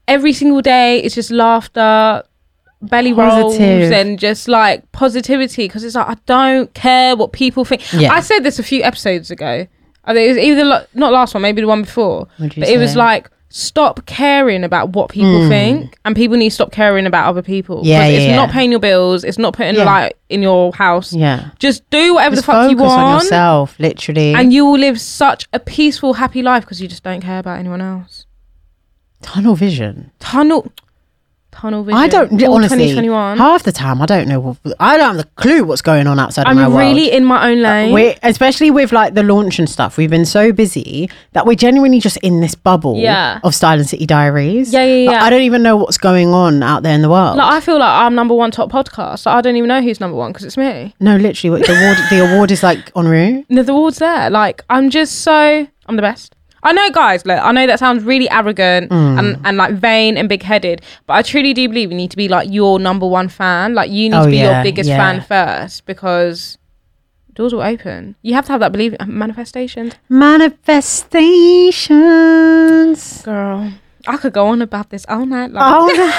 Speaker 1: every single day, it's just laughter, belly rolls,
Speaker 2: Positive.
Speaker 1: and just like positivity because it's like, I don't care what people think.
Speaker 2: Yeah.
Speaker 1: I said this a few episodes ago. I think it was either lo- not last one, maybe the one before.
Speaker 2: What'd you
Speaker 1: but it was
Speaker 2: say? Mm.
Speaker 1: like, stop caring about what people think, and people need to stop caring about other people. 'Cause
Speaker 2: Yeah, yeah,
Speaker 1: it's not
Speaker 2: yeah.
Speaker 1: paying your bills, it's not putting
Speaker 2: Yeah.
Speaker 1: light in your house.
Speaker 2: yeah.
Speaker 1: Just do whatever
Speaker 2: Just
Speaker 1: the fuck
Speaker 2: focus
Speaker 1: you
Speaker 2: on
Speaker 1: want,
Speaker 2: yourself, literally.
Speaker 1: and you will live such a peaceful, happy life because you just don't care about anyone else.
Speaker 2: Tunnel vision.
Speaker 1: Tunnel, tunnel vision.
Speaker 2: I don't
Speaker 1: All
Speaker 2: honestly.
Speaker 1: 2021.
Speaker 2: Half the time, I don't know. what- I don't have a clue what's going on outside of my
Speaker 1: I'm
Speaker 2: world.
Speaker 1: really in my own lane.
Speaker 2: We're, especially with like the launch and stuff, we've been so busy that we're genuinely just in this bubble
Speaker 1: Yeah.
Speaker 2: of Silent City Diaries.
Speaker 1: Yeah, yeah,
Speaker 2: Like,
Speaker 1: yeah.
Speaker 2: I don't even know what's going on out there in the world.
Speaker 1: like I feel like I'm number one top podcast. Like, I don't even know who's number one because it's me.
Speaker 2: no, literally, what- the award, the award is like en route.
Speaker 1: No, the award's there. Like I'm just so I'm the best. I know, guys. Look, I know that sounds really arrogant
Speaker 2: Mm.
Speaker 1: and, and like vain and big headed, but I truly do believe you need to be like your number one fan. Like you need
Speaker 2: Oh,
Speaker 1: to be your
Speaker 2: yeah,
Speaker 1: biggest
Speaker 2: yeah.
Speaker 1: fan first because doors will open. You have to have that belief manifestation,
Speaker 2: Manifestations.
Speaker 1: girl. I could go on about this all night long.
Speaker 2: Oh, no.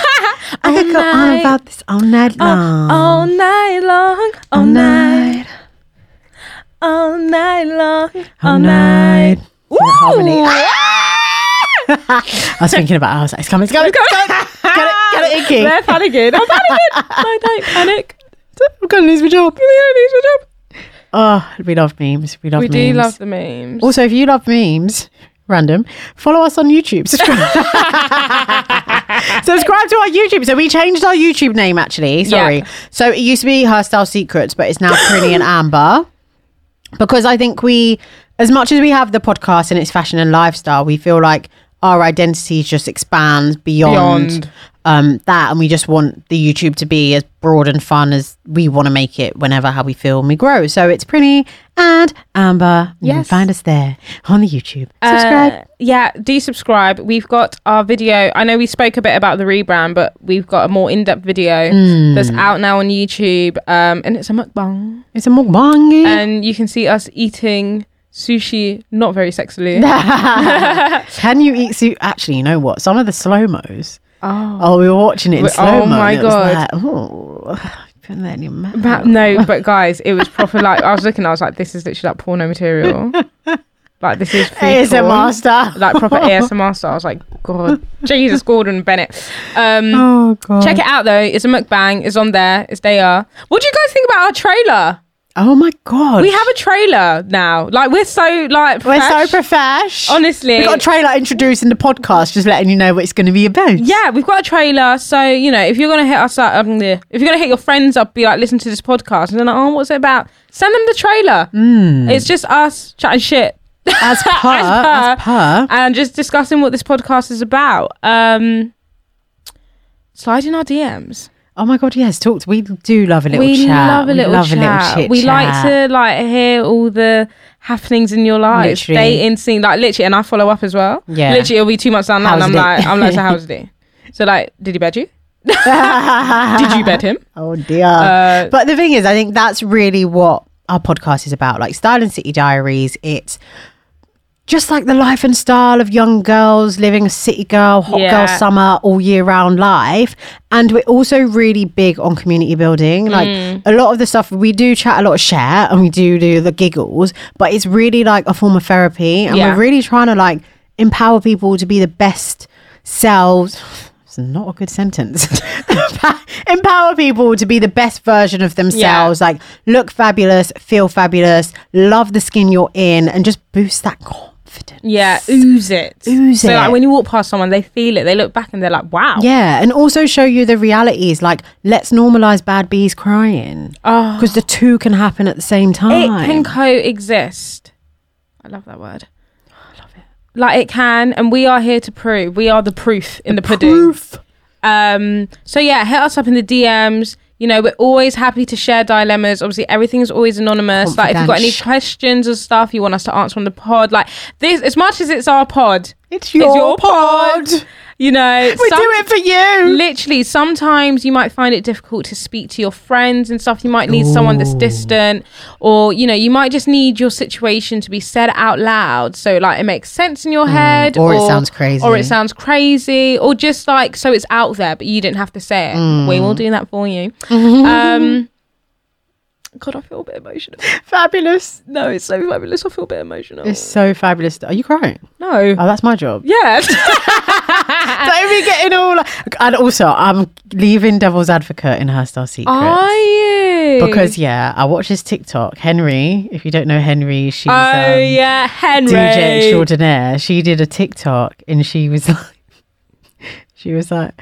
Speaker 2: I could go on
Speaker 1: night.
Speaker 2: about this all night long.
Speaker 1: All night long, all,
Speaker 2: All
Speaker 1: night.
Speaker 2: night,
Speaker 1: all night long, all
Speaker 2: all
Speaker 1: night.
Speaker 2: night.
Speaker 1: Ooh!
Speaker 2: I was thinking about. it, I was like, it's coming, it's coming, it's coming. Get it, get it, Icky.
Speaker 1: They're panicking. I'm panicking. I don't panic.
Speaker 2: I'm gonna lose my job.
Speaker 1: We don't lose our job.
Speaker 2: Oh, we love memes. We love.
Speaker 1: We
Speaker 2: memes. Oh,
Speaker 1: do love the memes.
Speaker 2: Also, if you love memes, random, follow us on YouTube. Subscribe, subscribe to our YouTube. So we changed our YouTube name actually. Sorry.
Speaker 1: Yeah.
Speaker 2: So it used to be Herstyle Secrets, but it's now Prinny and Amber. Because I think we, as much as we have the podcast and it's fashion and lifestyle, we feel like our identity just expands beyond,
Speaker 1: Beyond.
Speaker 2: Um, that. And we just want the YouTube to be as broad and fun as we want to make it whenever how we feel and we grow. So it's Prinny and Amber. You can
Speaker 1: Yes.
Speaker 2: find us there on the YouTube. Subscribe.
Speaker 1: Uh, yeah, do subscribe. We've got our video. I know we spoke a bit about the rebrand, but we've got a more in-depth video
Speaker 2: Hmm.
Speaker 1: that's out now on YouTube, um, and it's a mukbang,
Speaker 2: it's a mukbang.
Speaker 1: and you can see us eating sushi, not very sexily.
Speaker 2: Can you eat soup? Actually, you know what? Some of the slow mos.
Speaker 1: Oh.
Speaker 2: we were watching it in
Speaker 1: Wait,
Speaker 2: slow mo.
Speaker 1: oh my God.
Speaker 2: oh, put that in your mouth.
Speaker 1: But no, but guys, it was proper like I was looking, I was like, this is literally like porno material. like this is food porn.
Speaker 2: ASMR style.
Speaker 1: Like proper ASMR style. I was like, God, Jesus, Gordon Bennett. Um,
Speaker 2: Oh god.
Speaker 1: Check it out though. It's a mukbang. It's on there. It's they are. What do you guys think about our trailer?
Speaker 2: Oh my god.
Speaker 1: We have a trailer now. Like we're so like
Speaker 2: We're
Speaker 1: fresh.
Speaker 2: so profesh.
Speaker 1: Honestly.
Speaker 2: We've got a trailer introduced in the podcast, just letting you know what it's going to be about.
Speaker 1: Yeah, we've got a trailer. So you know, if you're gonna hit us up, um, yeah, if you're gonna hit your friends up, be like, listen to this podcast, and they're like, oh, what's it about? Send them the trailer.
Speaker 2: Hmm.
Speaker 1: It's just us chatting shit.
Speaker 2: As per, as per.
Speaker 1: and just discussing what this podcast is about. Um, slide in our DMs.
Speaker 2: Oh my god, yes, talked. We do love a little
Speaker 1: we
Speaker 2: chat.
Speaker 1: love a little chat. we like
Speaker 2: chit-chat.
Speaker 1: to like hear all the happenings in your life,
Speaker 2: Literally.
Speaker 1: dating scene, like literally. And I follow up as well.
Speaker 2: Yeah.
Speaker 1: literally, it'll be two months down the line.
Speaker 2: How's
Speaker 1: I'm
Speaker 2: it?
Speaker 1: like, I'm like, so how's it? So like, did he bed you? did you bed him?
Speaker 2: Oh dear.
Speaker 1: Uh,
Speaker 2: but the thing is, I think that's really what our podcast is about. Like Style and City Diaries, it's just like the life and style of young girls living a city girl, hot
Speaker 1: Yeah.
Speaker 2: girl summer, all year round life. And we're also really big on community building. Like
Speaker 1: Mm.
Speaker 2: a lot of the stuff we do chat a lot of share and we do do the giggles, but it's really like a form of therapy. And
Speaker 1: Yeah.
Speaker 2: we're really trying to like empower people to be the best selves. It's not a good sentence. empower people to be the best version of themselves. Like look fabulous, feel fabulous, love the skin you're in, and just boost that confidence.
Speaker 1: Yeah, ooze it.
Speaker 2: Ooze
Speaker 1: so like
Speaker 2: it.
Speaker 1: when you walk past someone, they feel it. They look back and they're like, wow.
Speaker 2: Yeah, and also show you the realities. Like, let's normalize bad bees crying
Speaker 1: Oh.
Speaker 2: because the two Ah. can happen at the same
Speaker 1: it
Speaker 2: time.
Speaker 1: can coexist. I love that word. I love it. Like it can, and we are here to prove. We are the proof in the, pudding.
Speaker 2: Proof.
Speaker 1: Um, so yeah, hit us up in the DMs. You know, we're always happy to share dilemmas. Obviously, everything's always anonymous. Like, if you've got any
Speaker 2: Confidential.
Speaker 1: questions or stuff you want us to answer on the pod, like this, as much as it's our pod,
Speaker 2: It's your, pod.
Speaker 1: You know,
Speaker 2: We
Speaker 1: some-
Speaker 2: do it for you.
Speaker 1: literally sometimes you might find it difficult to speak to your friends and stuff you might need someone that's distant or you know you might just need your situation to be said out loud so like it makes sense in your
Speaker 2: Mm.
Speaker 1: head
Speaker 2: or it sounds crazy.
Speaker 1: or it sounds crazy or just like so it's out there but you didn't have to say it
Speaker 2: Mm.
Speaker 1: we will do that for you um god i feel a bit emotional
Speaker 2: fabulous.
Speaker 1: no it's so fabulous i feel a bit emotional
Speaker 2: It's so fabulous. Are you crying?
Speaker 1: no
Speaker 2: Oh, that's my job.
Speaker 1: yeah
Speaker 2: Don't be getting all. And also, I'm leaving Devil's Advocate in her Star Secrets.
Speaker 1: are you
Speaker 2: because yeah, I watch this TikTok. Henry, if you don't know Henry, she's
Speaker 1: oh
Speaker 2: um,
Speaker 1: yeah henry
Speaker 2: DJ extraordinaire, she did a TikTok and she was like, she was like,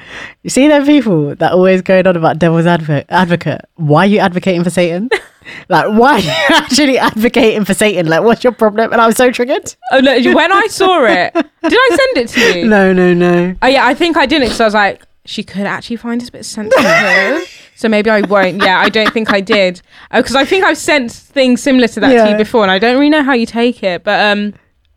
Speaker 2: you see them people that always going on about devil's advocate. Advocate, why are you advocating for Satan? like, why are you actually advocating for Satan? Like, what's your problem? And I was so triggered.
Speaker 1: Oh no! When I saw it, did I send it to you?
Speaker 2: No, no, no.
Speaker 1: Oh yeah, I think I didn't because I was like, she could actually find this a bit sensitive, so maybe I won't. Yeah, I don't think I did because I think I've sent things similar to that to
Speaker 2: Yeah.
Speaker 1: you before, and I don't really know how you take it. But um,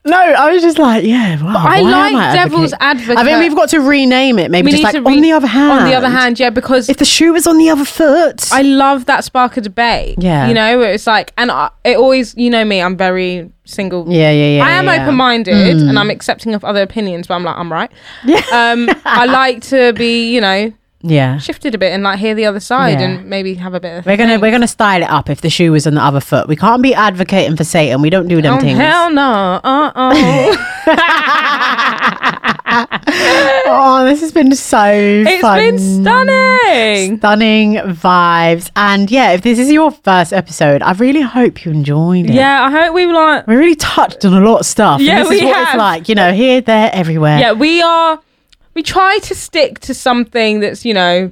Speaker 2: No, I was just like, yeah, wow.
Speaker 1: I
Speaker 2: why am
Speaker 1: like devil's
Speaker 2: advocating? I
Speaker 1: advocate.
Speaker 2: think we've got to rename it. Maybe
Speaker 1: we
Speaker 2: just
Speaker 1: need
Speaker 2: like
Speaker 1: to
Speaker 2: on
Speaker 1: re-
Speaker 2: the other hand.
Speaker 1: on the other hand, yeah, because
Speaker 2: if the shoe was on the other foot,
Speaker 1: I love that spark of debate.
Speaker 2: Yeah.
Speaker 1: you know, where it's like, and I, it always, you know, me, I'm very single.
Speaker 2: yeah, yeah, yeah.
Speaker 1: I am
Speaker 2: yeah. Mm.
Speaker 1: open-minded and I'm accepting of other opinions, but I'm like, I'm right.
Speaker 2: Yeah.
Speaker 1: Um, I like to be, you know,
Speaker 2: Yeah.
Speaker 1: shifted a bit and like hear the other side
Speaker 2: Yeah.
Speaker 1: and maybe have a bit of
Speaker 2: We're gonna we're gonna style it up if the shoe was on the other foot. We can't be advocating for Satan. We don't do them
Speaker 1: Oh,
Speaker 2: things.
Speaker 1: hell no. Uh oh.
Speaker 2: Oh, this has been so
Speaker 1: it's
Speaker 2: fun.
Speaker 1: been stunning.
Speaker 2: Stunning vibes. And yeah, if this is your first episode, I really hope you enjoyed it.
Speaker 1: Yeah, I hope we like.
Speaker 2: We really touched on a lot of stuff. and
Speaker 1: Yeah,
Speaker 2: this is
Speaker 1: we
Speaker 2: what it's
Speaker 1: have.
Speaker 2: like, you know, here, there, everywhere.
Speaker 1: Yeah, we are. We try to stick to something that's, you know,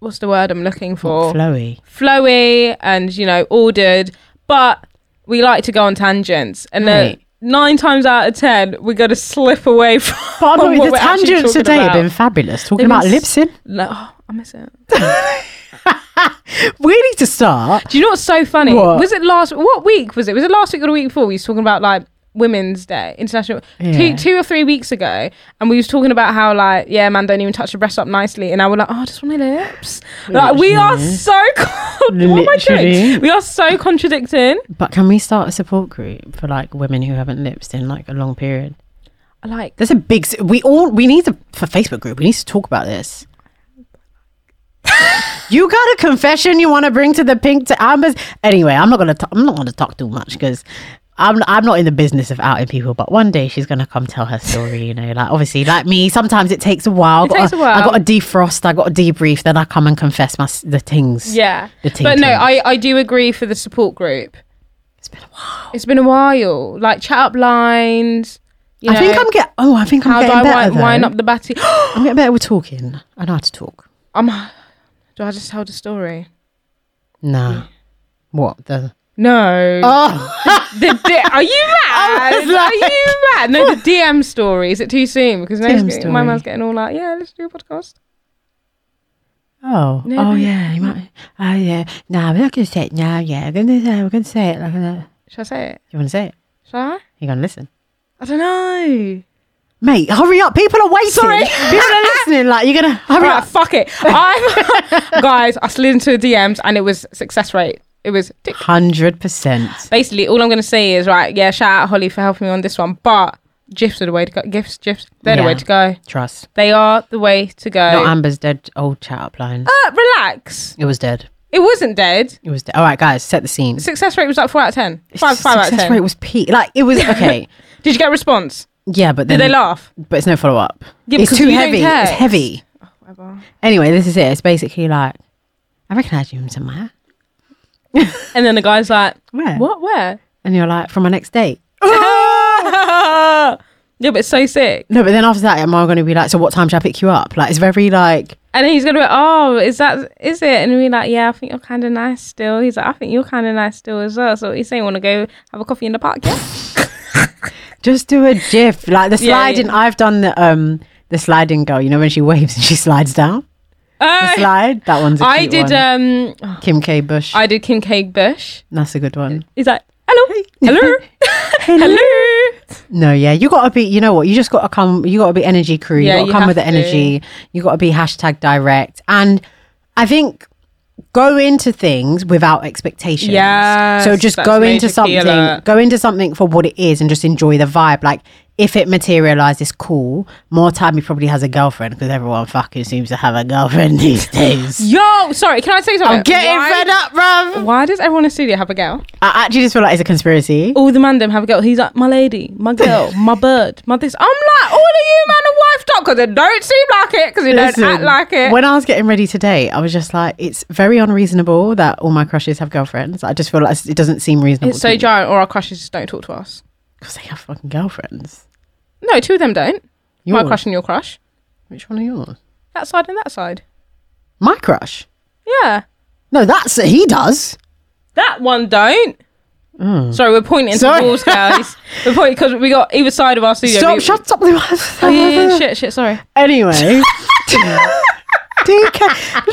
Speaker 1: what's the word I'm looking for?
Speaker 2: Flowy.
Speaker 1: Flowy and, you know, ordered. But we like to go on tangents. And then
Speaker 2: Right.
Speaker 1: nine times out of ten, we got to slip away from.
Speaker 2: But
Speaker 1: what
Speaker 2: the
Speaker 1: we're actually talking
Speaker 2: tangents today have
Speaker 1: about.
Speaker 2: been fabulous. Talking
Speaker 1: They've
Speaker 2: about
Speaker 1: been
Speaker 2: lip sync.
Speaker 1: No, oh, I miss it.
Speaker 2: We need to start.
Speaker 1: Do you know what's so funny?
Speaker 2: What?
Speaker 1: Was it last? What week was it? Was it last week or the week before? We was talking about like Women's Day, International,
Speaker 2: Yeah.
Speaker 1: two, two or three weeks ago, and we was talking about how like, yeah, man, don't even touch your breast up nicely, and I was like, oh, I just want my lips. Like we are so con- what am I
Speaker 2: Literally.
Speaker 1: doing? We are so contradicting.
Speaker 2: But can we start a support group for like women who haven't lips in like a long period?
Speaker 1: Like
Speaker 2: There's a big. s- We all we need to for Facebook group. We need to talk about this. you got a confession you want to bring to the pink to Amber's? Anyway, I'm not gonna. T- I'm not gonna talk too much because I'm I'm not in the business of outing people, but one day she's gonna come tell her story. You know, like obviously, like me, sometimes it takes a
Speaker 1: It
Speaker 2: while. I gotta-
Speaker 1: takes a while.
Speaker 2: I got to defrost. I got to debrief. Then I come and confess my s- the things.
Speaker 1: Yeah.
Speaker 2: The ting
Speaker 1: But no,
Speaker 2: tings.
Speaker 1: I, I do agree for the support group. It's been a while. It's been a while. Like chat up lines. You
Speaker 2: I think
Speaker 1: know,
Speaker 2: I'm get. Oh, I think I'm
Speaker 1: how do
Speaker 2: getting
Speaker 1: I
Speaker 2: better.
Speaker 1: wi- wind
Speaker 2: though.
Speaker 1: up the batty?
Speaker 2: I'm getting better with talking. I know how to talk.
Speaker 1: I'm do I just tell the story?
Speaker 2: No. What the?
Speaker 1: No.
Speaker 2: Oh,
Speaker 1: The D- are you mad? Are you mad? No, the DM story. Is it too soon? Because
Speaker 2: DM
Speaker 1: next my
Speaker 2: story.
Speaker 1: man's getting all like, yeah, let's do a podcast.
Speaker 2: oh,
Speaker 1: No,
Speaker 2: oh
Speaker 1: no.
Speaker 2: yeah. You might. Oh yeah. Nah, we're not gonna say it now. Yeah, we're gonna say we're gonna say it like that.
Speaker 1: Shall I say it?
Speaker 2: You wanna say it?
Speaker 1: Shall I?
Speaker 2: You gonna listen?
Speaker 1: I don't know.
Speaker 2: Mate, hurry up! People are waiting.
Speaker 1: Sorry.
Speaker 2: people are listening. Like you're gonna hurry
Speaker 1: All
Speaker 2: up.
Speaker 1: right, fuck it. I'm guys. I slid into the DMs and it was success rate. It was tick.
Speaker 2: Hundred percent.
Speaker 1: basically all I'm gonna say is right. Yeah, shout out Holly for helping me on this one. But gifs are the way to go. Gifs, gifs, they're the
Speaker 2: Yeah.
Speaker 1: way to go.
Speaker 2: Trust.
Speaker 1: They are the way to go.
Speaker 2: Not Amber's dead old chat up line.
Speaker 1: Uh, relax.
Speaker 2: It was dead.
Speaker 1: It wasn't dead.
Speaker 2: It was dead. All right, guys, set the scene.
Speaker 1: Success rate was like four out of ten. Five, five out of
Speaker 2: Success
Speaker 1: ten.
Speaker 2: rate was peak. Like it was okay.
Speaker 1: Did you get a response?
Speaker 2: yeah, but then
Speaker 1: Did they laugh?
Speaker 2: But it's no follow up.
Speaker 1: Yeah,
Speaker 2: it's
Speaker 1: because
Speaker 2: too
Speaker 1: you don't
Speaker 2: heavy. It's
Speaker 1: text.
Speaker 2: heavy. Anyway, this is it. It's basically like I recognise you from somewhere.
Speaker 1: And then the guy's like,
Speaker 2: Where?
Speaker 1: What? Where?
Speaker 2: And you're like, from my next date.
Speaker 1: yeah, but it's so sick.
Speaker 2: No, but then after that, am I going to be like, so what time should I pick you up? Like, it's very like,
Speaker 1: And then he's gonna be, oh, is that is it? And we're like, yeah, I think you're kind of nice still. He's like, I think you're kind of nice still as well. So he's saying, want to go have a coffee in the park? Yeah.
Speaker 2: just do a gif. Like the
Speaker 1: Yeah, yeah.
Speaker 2: sliding. I've done the um the sliding girl. You know when she waves and she slides down. The
Speaker 1: Uh,
Speaker 2: slide. That one's. I
Speaker 1: I did. Um,
Speaker 2: Kim K. Bush.
Speaker 1: I did Kim K. Bush.
Speaker 2: That's a good one.
Speaker 1: He's like, hello, hello, hello.
Speaker 2: No, yeah, you gotta be. You know what? You just gotta come. You gotta be energy crew.
Speaker 1: Yeah,
Speaker 2: you gotta
Speaker 1: you
Speaker 2: come
Speaker 1: have
Speaker 2: with the
Speaker 1: to.
Speaker 2: energy. You gotta be hashtag direct. And I think go into things without expectations.
Speaker 1: Yes,
Speaker 2: So just
Speaker 1: that's
Speaker 2: go
Speaker 1: major
Speaker 2: into
Speaker 1: key
Speaker 2: something.
Speaker 1: alert.
Speaker 2: Go into something for what it is, and just enjoy the vibe. Like if it materializes, cool. More time, he probably has a girlfriend because everyone fucking seems to have a girlfriend these days.
Speaker 1: Yo, sorry, can I say something?
Speaker 2: I'm getting
Speaker 1: Why-
Speaker 2: fed up, bruv.
Speaker 1: Why does everyone in the studio have a girl?
Speaker 2: I actually just feel like it's a conspiracy.
Speaker 1: all the man them have a girl. He's like, my lady, my girl, my bird, my this. I'm like, all of you man are wifed up because it don't seem like it, because it don't act
Speaker 2: Listen,
Speaker 1: like it.
Speaker 2: When I was getting ready today, I was just like, it's very unreasonable that all my crushes have girlfriends. I just feel like it doesn't seem reasonable.
Speaker 1: it's so jarring, or our crushes just don't talk to us.
Speaker 2: because they have fucking girlfriends.
Speaker 1: No, two of them don't. My
Speaker 2: Yours?
Speaker 1: crush and your crush.
Speaker 2: Which one are yours?
Speaker 1: That side and that side.
Speaker 2: My crush.
Speaker 1: Yeah.
Speaker 2: No, that's he does.
Speaker 1: That one don't. Sorry, we're pointing
Speaker 2: Oh. Sorry.
Speaker 1: to the walls, guys. we're pointing because we got either side of our studio.
Speaker 2: Stop!
Speaker 1: we-
Speaker 2: Shut up!
Speaker 1: Oh, yeah, yeah, yeah, shit, shit, sorry.
Speaker 2: Anyway. Do you care? Look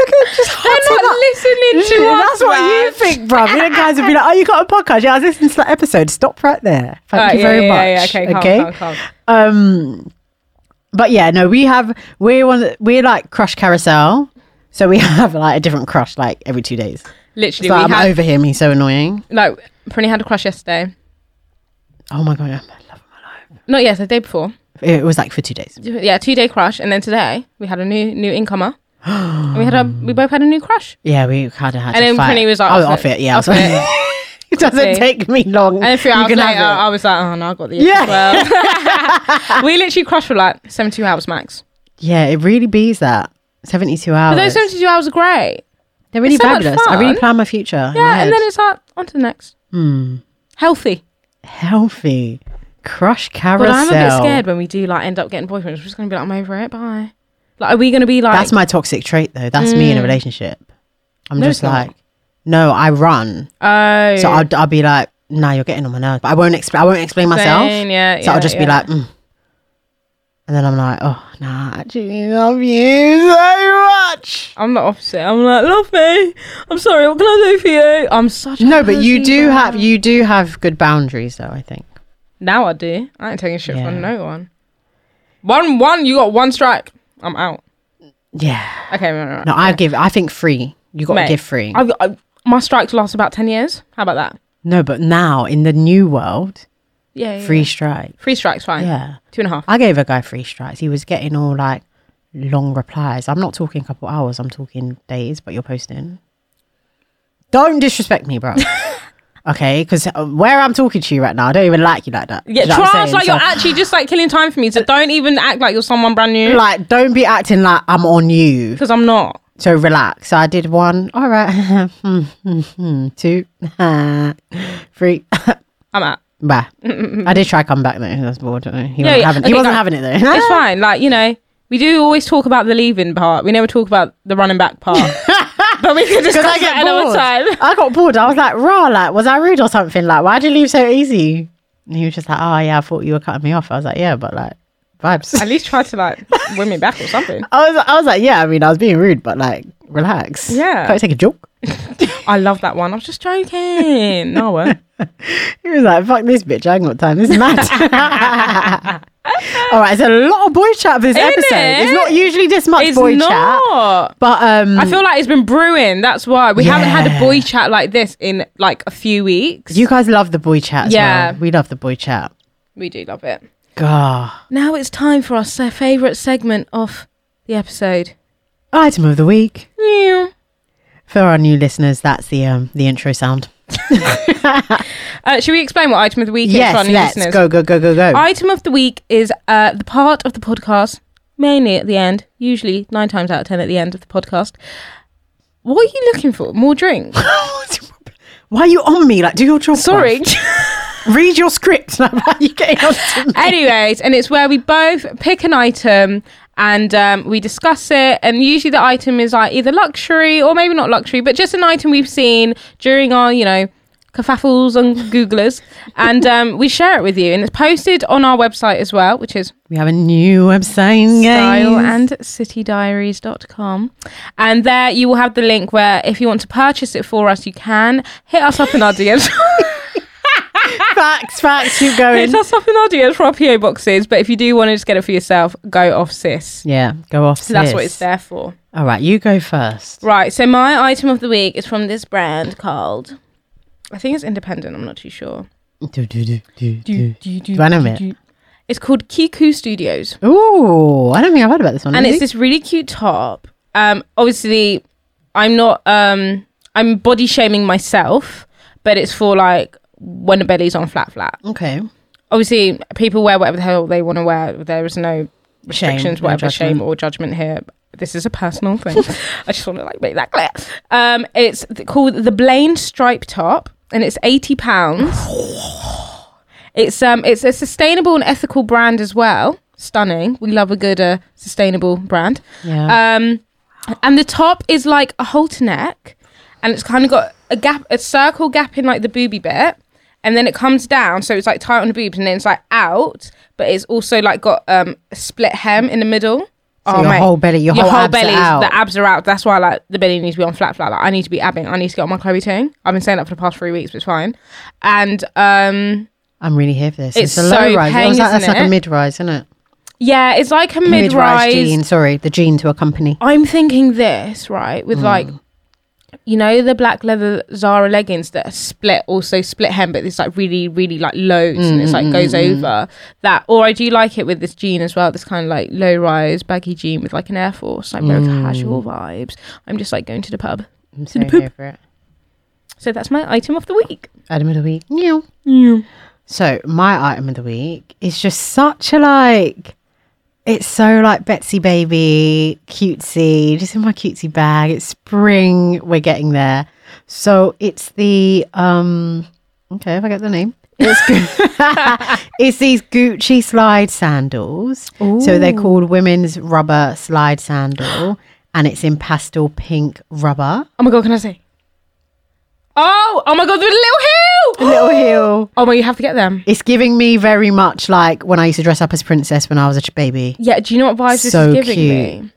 Speaker 2: at just
Speaker 1: They're not listening to us.
Speaker 2: That's what you
Speaker 1: man.
Speaker 2: think, bruv. You know, guys would be like, "Oh, you got a podcast? Yeah, I was listening to that episode. Stop right there. Thank
Speaker 1: Alright,
Speaker 2: you
Speaker 1: yeah,
Speaker 2: very
Speaker 1: yeah,
Speaker 2: much.
Speaker 1: yeah, yeah, okay, calm, calm, calm.
Speaker 2: Um, but yeah, no, we have we're one we're like crush carousel, so we have like a different crush like every two days.
Speaker 1: Literally,
Speaker 2: It's like,
Speaker 1: we
Speaker 2: I'm
Speaker 1: had
Speaker 2: over him. He's so annoying.
Speaker 1: like Prinny had a crush yesterday.
Speaker 2: Oh my god, I love him.
Speaker 1: Not yesterday, the day before.
Speaker 2: It was like for two days.
Speaker 1: yeah, two day crush, and then today we had a new new incomer. And we had a we both had a new crush,
Speaker 2: Yeah, we kind of had.
Speaker 1: and
Speaker 2: to
Speaker 1: then
Speaker 2: fight.
Speaker 1: Prinny was like,
Speaker 2: "Oh, off it, yeah."
Speaker 1: off
Speaker 2: I was like,
Speaker 1: it."
Speaker 2: it doesn't
Speaker 1: Quickly.
Speaker 2: take me long.
Speaker 1: And then three
Speaker 2: You
Speaker 1: hours
Speaker 2: can have
Speaker 1: later,
Speaker 2: it.
Speaker 1: I was like, oh no, I got the itch
Speaker 2: Yeah.
Speaker 1: as well. we literally crushed for like seventy two hours max.
Speaker 2: yeah, it really beats that. Seventy-two hours.
Speaker 1: But those seventy two hours are great.
Speaker 2: They're really
Speaker 1: it's so much
Speaker 2: fabulous. I really
Speaker 1: fun.
Speaker 2: plan my future.
Speaker 1: Yeah, and then it's like on to the next.
Speaker 2: Hmm.
Speaker 1: Healthy.
Speaker 2: healthy crush
Speaker 1: But
Speaker 2: carousel.
Speaker 1: I'm a bit scared when we do like end up getting boyfriends. We're just gonna be like, I'm over it. Bye. Like, are we gonna be like?
Speaker 2: That's my toxic trait, though. That's me in a relationship. I'm
Speaker 1: Mm. No,
Speaker 2: just
Speaker 1: it's not.
Speaker 2: like, no, I run.
Speaker 1: oh,
Speaker 2: So I'll, I'll be like, nah, you're getting on my nerves. But I won't explain. I won't explain myself.
Speaker 1: Same, yeah,
Speaker 2: so
Speaker 1: yeah,
Speaker 2: I'll just be
Speaker 1: yeah.
Speaker 2: like, mm. and then I'm like, oh, nah, I actually love you so much.
Speaker 1: I'm the opposite. I'm like, love me. I'm sorry. What can I do for you? I'm such. a
Speaker 2: No, but you
Speaker 1: pussy,
Speaker 2: do
Speaker 1: bro.
Speaker 2: have you do have good boundaries, though. I think.
Speaker 1: Now I do. I ain't taking shit
Speaker 2: Yeah.
Speaker 1: from no one. One one, you got one strike. I'm out.
Speaker 2: Yeah.
Speaker 1: Okay, no, no, no.
Speaker 2: No, I give. I think free. You got to
Speaker 1: Mate,
Speaker 2: give free.
Speaker 1: I've, i my strikes last about ten years. How about that?
Speaker 2: no, but now in the new world,
Speaker 1: Yeah, yeah,
Speaker 2: free
Speaker 1: yeah.
Speaker 2: strike.
Speaker 1: Three strikes, fine.
Speaker 2: Yeah.
Speaker 1: Two and a half.
Speaker 2: I gave a guy three strikes. He was getting all like long replies. I'm not talking a couple hours. I'm talking days. But you're posting. Don't disrespect me, bro. Okay, because where I'm talking to you right now, I don't even like you like that. Do
Speaker 1: Yeah,
Speaker 2: you know what I'm
Speaker 1: try us
Speaker 2: saying?
Speaker 1: like
Speaker 2: So-
Speaker 1: you're actually just like killing time for me. So don't even act like you're someone brand new
Speaker 2: like don't be acting like I'm on you.
Speaker 1: because I'm not.
Speaker 2: So relax. So I did one. All right. Two. Three.
Speaker 1: I'm out.
Speaker 2: Bah. I did try come back though. I was bored. He wasn't,
Speaker 1: yeah.
Speaker 2: Having, he
Speaker 1: Okay,
Speaker 2: wasn't
Speaker 1: like-
Speaker 2: having it though.
Speaker 1: It's fine. Like you know, we do always talk about the leaving part. We never talk about the running back part. but we can discuss
Speaker 2: Because I
Speaker 1: that
Speaker 2: get
Speaker 1: another
Speaker 2: bored.
Speaker 1: time.
Speaker 2: I got bored. I was like, raw, like, was I rude or something? Like, why'd you leave so easy? And he was just like, oh, yeah, I thought you were cutting me off. I was like, yeah, but like,
Speaker 1: At
Speaker 2: vibes.
Speaker 1: least try to like win me back or something.
Speaker 2: I was, I was like, yeah, I mean, I was being rude, but like, relax.
Speaker 1: Yeah.
Speaker 2: Can't you take a joke?
Speaker 1: I love that one. I was just joking. No, I won't.
Speaker 2: He was like, fuck this bitch. I ain't got time. This is mad. All right. It's a lot of boy chat for this episode. It's
Speaker 1: it?
Speaker 2: not usually this much
Speaker 1: it's
Speaker 2: boy chat.
Speaker 1: not.
Speaker 2: But um,
Speaker 1: I feel like it's been brewing. That's why we haven't had a boy chat like this in like a few weeks.
Speaker 2: you guys love the boy chat as
Speaker 1: Yeah.
Speaker 2: well. We love the boy chat.
Speaker 1: we do love it.
Speaker 2: God.
Speaker 1: Now it's time for our se- favorite segment of the episode.
Speaker 2: Item of the week.
Speaker 1: Yeah.
Speaker 2: For our new listeners, that's the um, the intro sound.
Speaker 1: Uh, should we explain what item of the week is for our
Speaker 2: yes,
Speaker 1: new
Speaker 2: let's
Speaker 1: listeners?
Speaker 2: go, go, go, go, go.
Speaker 1: Item of the week is uh, the part of the podcast, mainly at the end, usually nine times out of ten at the end of the podcast. What are you looking for? More drink?
Speaker 2: Why are you on me? Like, do your job.
Speaker 1: Sorry.
Speaker 2: bruv. Read your script. Like, why are you getting on to me?
Speaker 1: Anyways, and it's where we both pick an item and um, we discuss it. And usually the item is like either luxury or maybe not luxury, but just an item we've seen during our, you know, kerfuffles and Googlers. and um, we share it with you. And it's posted on our website as well, which is
Speaker 2: We have a new website. guys.
Speaker 1: styleandcitydiaries.com. And there you will have the link where if you want to purchase it for us, you can hit us up in our DMs.
Speaker 2: facts, facts. Keep going.
Speaker 1: hit us up in our DMs for our PO boxes. But if you do want to just get it for yourself, go off, sis.
Speaker 2: Yeah, go off.
Speaker 1: So that's what
Speaker 2: sis.
Speaker 1: it's there for.
Speaker 2: All right, you go first.
Speaker 1: Right. So my item of the week is from this brand called, I think it's independent. I'm not too sure.
Speaker 2: Do, do, do, do, do. Do I know it?
Speaker 1: It's called Kiku Studios,
Speaker 2: Ooh, I don't think I've heard about this one.
Speaker 1: and
Speaker 2: is
Speaker 1: it's
Speaker 2: it?
Speaker 1: this really cute top. Um, obviously, I'm not. Um, I'm body shaming myself, but it's for like when the belly's on flat flat.
Speaker 2: okay.
Speaker 1: Obviously, people wear whatever the hell they want to wear. There is no restrictions,
Speaker 2: no
Speaker 1: whatever,
Speaker 2: judgment.
Speaker 1: shame or judgment here. This is a personal thing. I just want to like make that clear. Um, it's th- called the Blaine Stripe Top, and it's eighty pounds. it's um, it's a sustainable and ethical brand as well. Stunning. We love a good uh, sustainable brand.
Speaker 2: Yeah.
Speaker 1: Um, and the top is like a halter neck, and it's kind of got a gap, a circle gap in like the booby bit, and then it comes down, so it's like tight on the boobs, and then it's like out, but it's also like got um a split hem in the middle. Oh,
Speaker 2: So your
Speaker 1: mate.
Speaker 2: whole belly- your whole abs are
Speaker 1: belly, is-
Speaker 2: out.
Speaker 1: the abs are out. That's why like the belly needs to be on flat, flat. Like I need to be abbing. I need to get on my Chloe Ting. I've been saying that for the past three weeks, but it's fine. And um,
Speaker 2: I'm really here for this.
Speaker 1: it's
Speaker 2: It's, a
Speaker 1: so
Speaker 2: low rise.
Speaker 1: peng,
Speaker 2: I was like, that's
Speaker 1: isn't
Speaker 2: like
Speaker 1: it?
Speaker 2: a mid rise, isn't it?
Speaker 1: yeah, it's like a mid rise
Speaker 2: jean. Sorry, the jean to accompany.
Speaker 1: I'm thinking this right
Speaker 2: Mm.
Speaker 1: with like, you know, the black leather Zara leggings that are split, also split hem, but it's like really, really like loads and it's like goes
Speaker 2: Mm-hmm,
Speaker 1: over that. Or I do like it with this jean as well, this kind of like low rise baggy jean with like an Air Force, like very
Speaker 2: Mm.
Speaker 1: casual vibes. I'm just like going to the pub.
Speaker 2: I'm so here for it.
Speaker 1: So that's my item of the week.
Speaker 2: Item of the week. Meow. So my item of the week is just such a like. It's so like Betsy baby, cutesy, just in my cutesy bag. It's spring. We're getting there. So it's the um. Okay, if I get the name. It's, Gu- it's these Gucci slide sandals. So they're called women's rubber slide sandal, and it's in pastel pink rubber.
Speaker 1: Oh my god, can I say? Oh, oh my god, the little heel!
Speaker 2: Little heel.
Speaker 1: Oh my, you have to get them.
Speaker 2: It's giving me very much like when I used to dress up as princess when I was a ch- baby.
Speaker 1: Yeah, do you know what vibes this
Speaker 2: So
Speaker 1: is giving
Speaker 2: cute.
Speaker 1: me?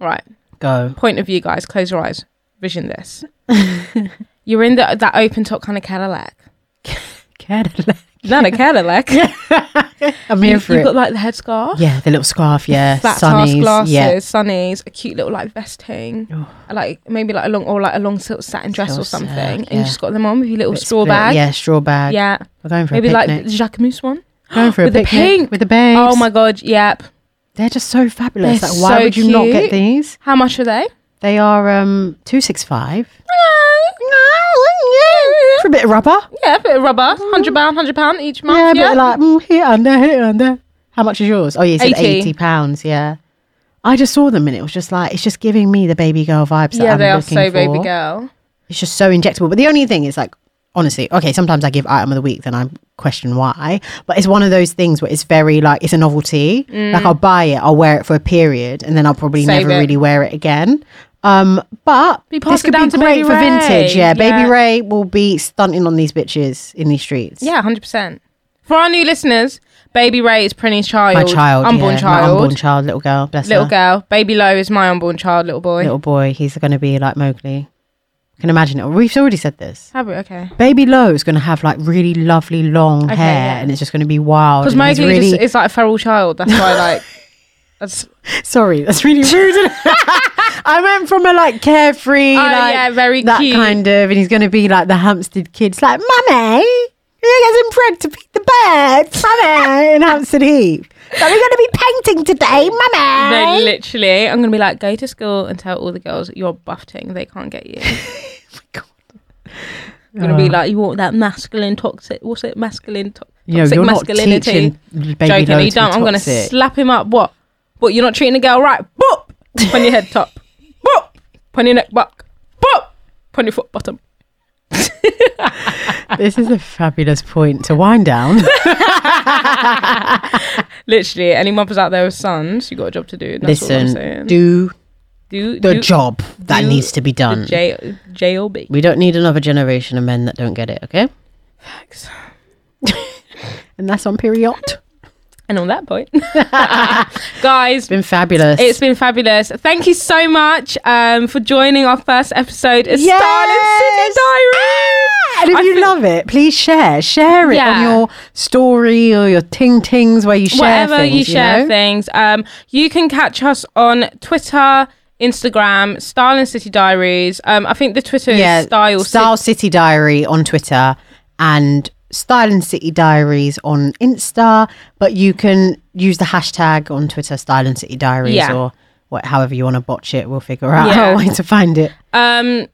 Speaker 1: Right.
Speaker 2: Go.
Speaker 1: point of view, guys. Close your eyes. Vision this. You're in the, that open top kind of Cadillac.
Speaker 2: Cadillac.
Speaker 1: Not a Cadillac.
Speaker 2: I'm here
Speaker 1: You've
Speaker 2: for it.
Speaker 1: got like the headscarf,
Speaker 2: yeah, the little scarf. Yeah,
Speaker 1: flat
Speaker 2: sunnies.
Speaker 1: task glasses,
Speaker 2: Yeah. Oh.
Speaker 1: sunnies, a cute little like vesting, like maybe like a long or like a long silk satin dress or something,
Speaker 2: Silk silk,
Speaker 1: and you
Speaker 2: yeah.
Speaker 1: just got them on with your little
Speaker 2: Bit
Speaker 1: straw
Speaker 2: split,
Speaker 1: bag.
Speaker 2: Yeah, straw bag.
Speaker 1: yeah.
Speaker 2: We're going for
Speaker 1: Maybe
Speaker 2: a
Speaker 1: like
Speaker 2: picnic.
Speaker 1: the Jacquemus one.
Speaker 2: going for a
Speaker 1: with the
Speaker 2: picnic
Speaker 1: pink.
Speaker 2: with the babes.
Speaker 1: Oh my god, yep.
Speaker 2: They're just so fabulous.
Speaker 1: They're
Speaker 2: like, why
Speaker 1: so
Speaker 2: would you not
Speaker 1: cute.
Speaker 2: get these?
Speaker 1: How much are they?
Speaker 2: They are um two six five for a bit bit of rubber.
Speaker 1: Yeah, a bit of rubber, hundred pound, hundred pound each
Speaker 2: Yeah,
Speaker 1: month.
Speaker 2: a
Speaker 1: Yeah,
Speaker 2: bit of like mm, here and there, here and there. How much is yours? Oh, yeah, you said
Speaker 1: 80.
Speaker 2: eighty pounds. Yeah, I just saw them and it was just like it's just giving me the baby girl vibes. that
Speaker 1: yeah
Speaker 2: I'm
Speaker 1: they are
Speaker 2: looking
Speaker 1: so baby
Speaker 2: for.
Speaker 1: girl.
Speaker 2: It's just so injectable. But the only thing is like honestly, okay, sometimes I give item of the week, then I question why. But it's one of those things where it's very like it's a novelty. Like I'll buy it, I'll wear it for a period, and then I'll probably
Speaker 1: Mm. Save
Speaker 2: never
Speaker 1: it.
Speaker 2: really wear it again. Um, but
Speaker 1: You pass
Speaker 2: this
Speaker 1: it
Speaker 2: could
Speaker 1: down
Speaker 2: be
Speaker 1: to
Speaker 2: great
Speaker 1: Baby
Speaker 2: for
Speaker 1: Ray.
Speaker 2: vintage. Yeah,
Speaker 1: Yeah.
Speaker 2: Baby Ray will be stunting on these bitches in these streets.
Speaker 1: Yeah, hundred percent. For our new listeners, baby Ray is Prinny's child,
Speaker 2: My child,
Speaker 1: unborn
Speaker 2: yeah,
Speaker 1: child,
Speaker 2: my unborn child, little girl, bless
Speaker 1: little
Speaker 2: her.
Speaker 1: girl. Baby Low is my unborn child, little boy.
Speaker 2: little boy. He's going to be like Mowgli. I can imagine it. We've already said this.
Speaker 1: Have it, okay.
Speaker 2: Baby Lo is going to have like really lovely long
Speaker 1: Okay,
Speaker 2: hair,
Speaker 1: yeah.
Speaker 2: and it's just going to be wild.
Speaker 1: Because
Speaker 2: and he's
Speaker 1: Mowgli
Speaker 2: really
Speaker 1: just is like a feral child. That's why, like, that's,
Speaker 2: sorry, that's really rude. I went from a like carefree,
Speaker 1: Oh,
Speaker 2: like
Speaker 1: yeah, very
Speaker 2: that
Speaker 1: cute.
Speaker 2: kind of, and he's going to be like the Hampstead kids, like mummy. You're getting bread to feed the birds, mummy, in Hampstead Heath. So we're going to be painting today,
Speaker 1: no,
Speaker 2: mummy.
Speaker 1: literally. I'm gonna be like, go to school and tell all the girls you're buffeting. They can't get you.
Speaker 2: God.
Speaker 1: I'm gonna
Speaker 2: Uh.
Speaker 1: be like, you want that masculine toxic? What's it? Masculine to- toxic
Speaker 2: You know, you're not
Speaker 1: masculinity.
Speaker 2: teaching baby
Speaker 1: Joking,
Speaker 2: Lo
Speaker 1: you
Speaker 2: to be
Speaker 1: don't. I'm gonna
Speaker 2: toxic.
Speaker 1: slap him up. What? What? You're not treating a girl right? Boop. Put your head top. Boop. Put your neck back. Boop. Put your foot bottom.
Speaker 2: This is a fabulous point to wind down.
Speaker 1: Literally, any mothers out there with sons, you got a job to do. That's all I'm saying.
Speaker 2: Listen, do
Speaker 1: do
Speaker 2: the
Speaker 1: do
Speaker 2: job that
Speaker 1: do
Speaker 2: needs to be done.
Speaker 1: the J J O B.
Speaker 2: we don't need another generation of men that don't get it, okay?
Speaker 1: Facts.
Speaker 2: And that's on period.
Speaker 1: And on that point, guys,
Speaker 2: Been fabulous.
Speaker 1: it's been fabulous. Thank you so much um, for joining our first episode of Starlin
Speaker 2: Yes! Ah!
Speaker 1: City Diary.
Speaker 2: and if
Speaker 1: I
Speaker 2: you
Speaker 1: feel-
Speaker 2: love it, please share. Share it
Speaker 1: Yeah.
Speaker 2: on your story or your ting tings where you share
Speaker 1: Whatever
Speaker 2: things.
Speaker 1: you share
Speaker 2: know?
Speaker 1: things, um, you can catch us on Twitter, Instagram, Starlin City Diaries. Um, I think the Twitter
Speaker 2: yeah,
Speaker 1: is Style,
Speaker 2: Style City Diary on Twitter and Style and City Diaries on Insta. But you can use the hashtag on Twitter, Style and City Diaries,
Speaker 1: Yeah.
Speaker 2: or what, however you want to botch it. We'll figure out
Speaker 1: Yeah.
Speaker 2: a way to find it.
Speaker 1: um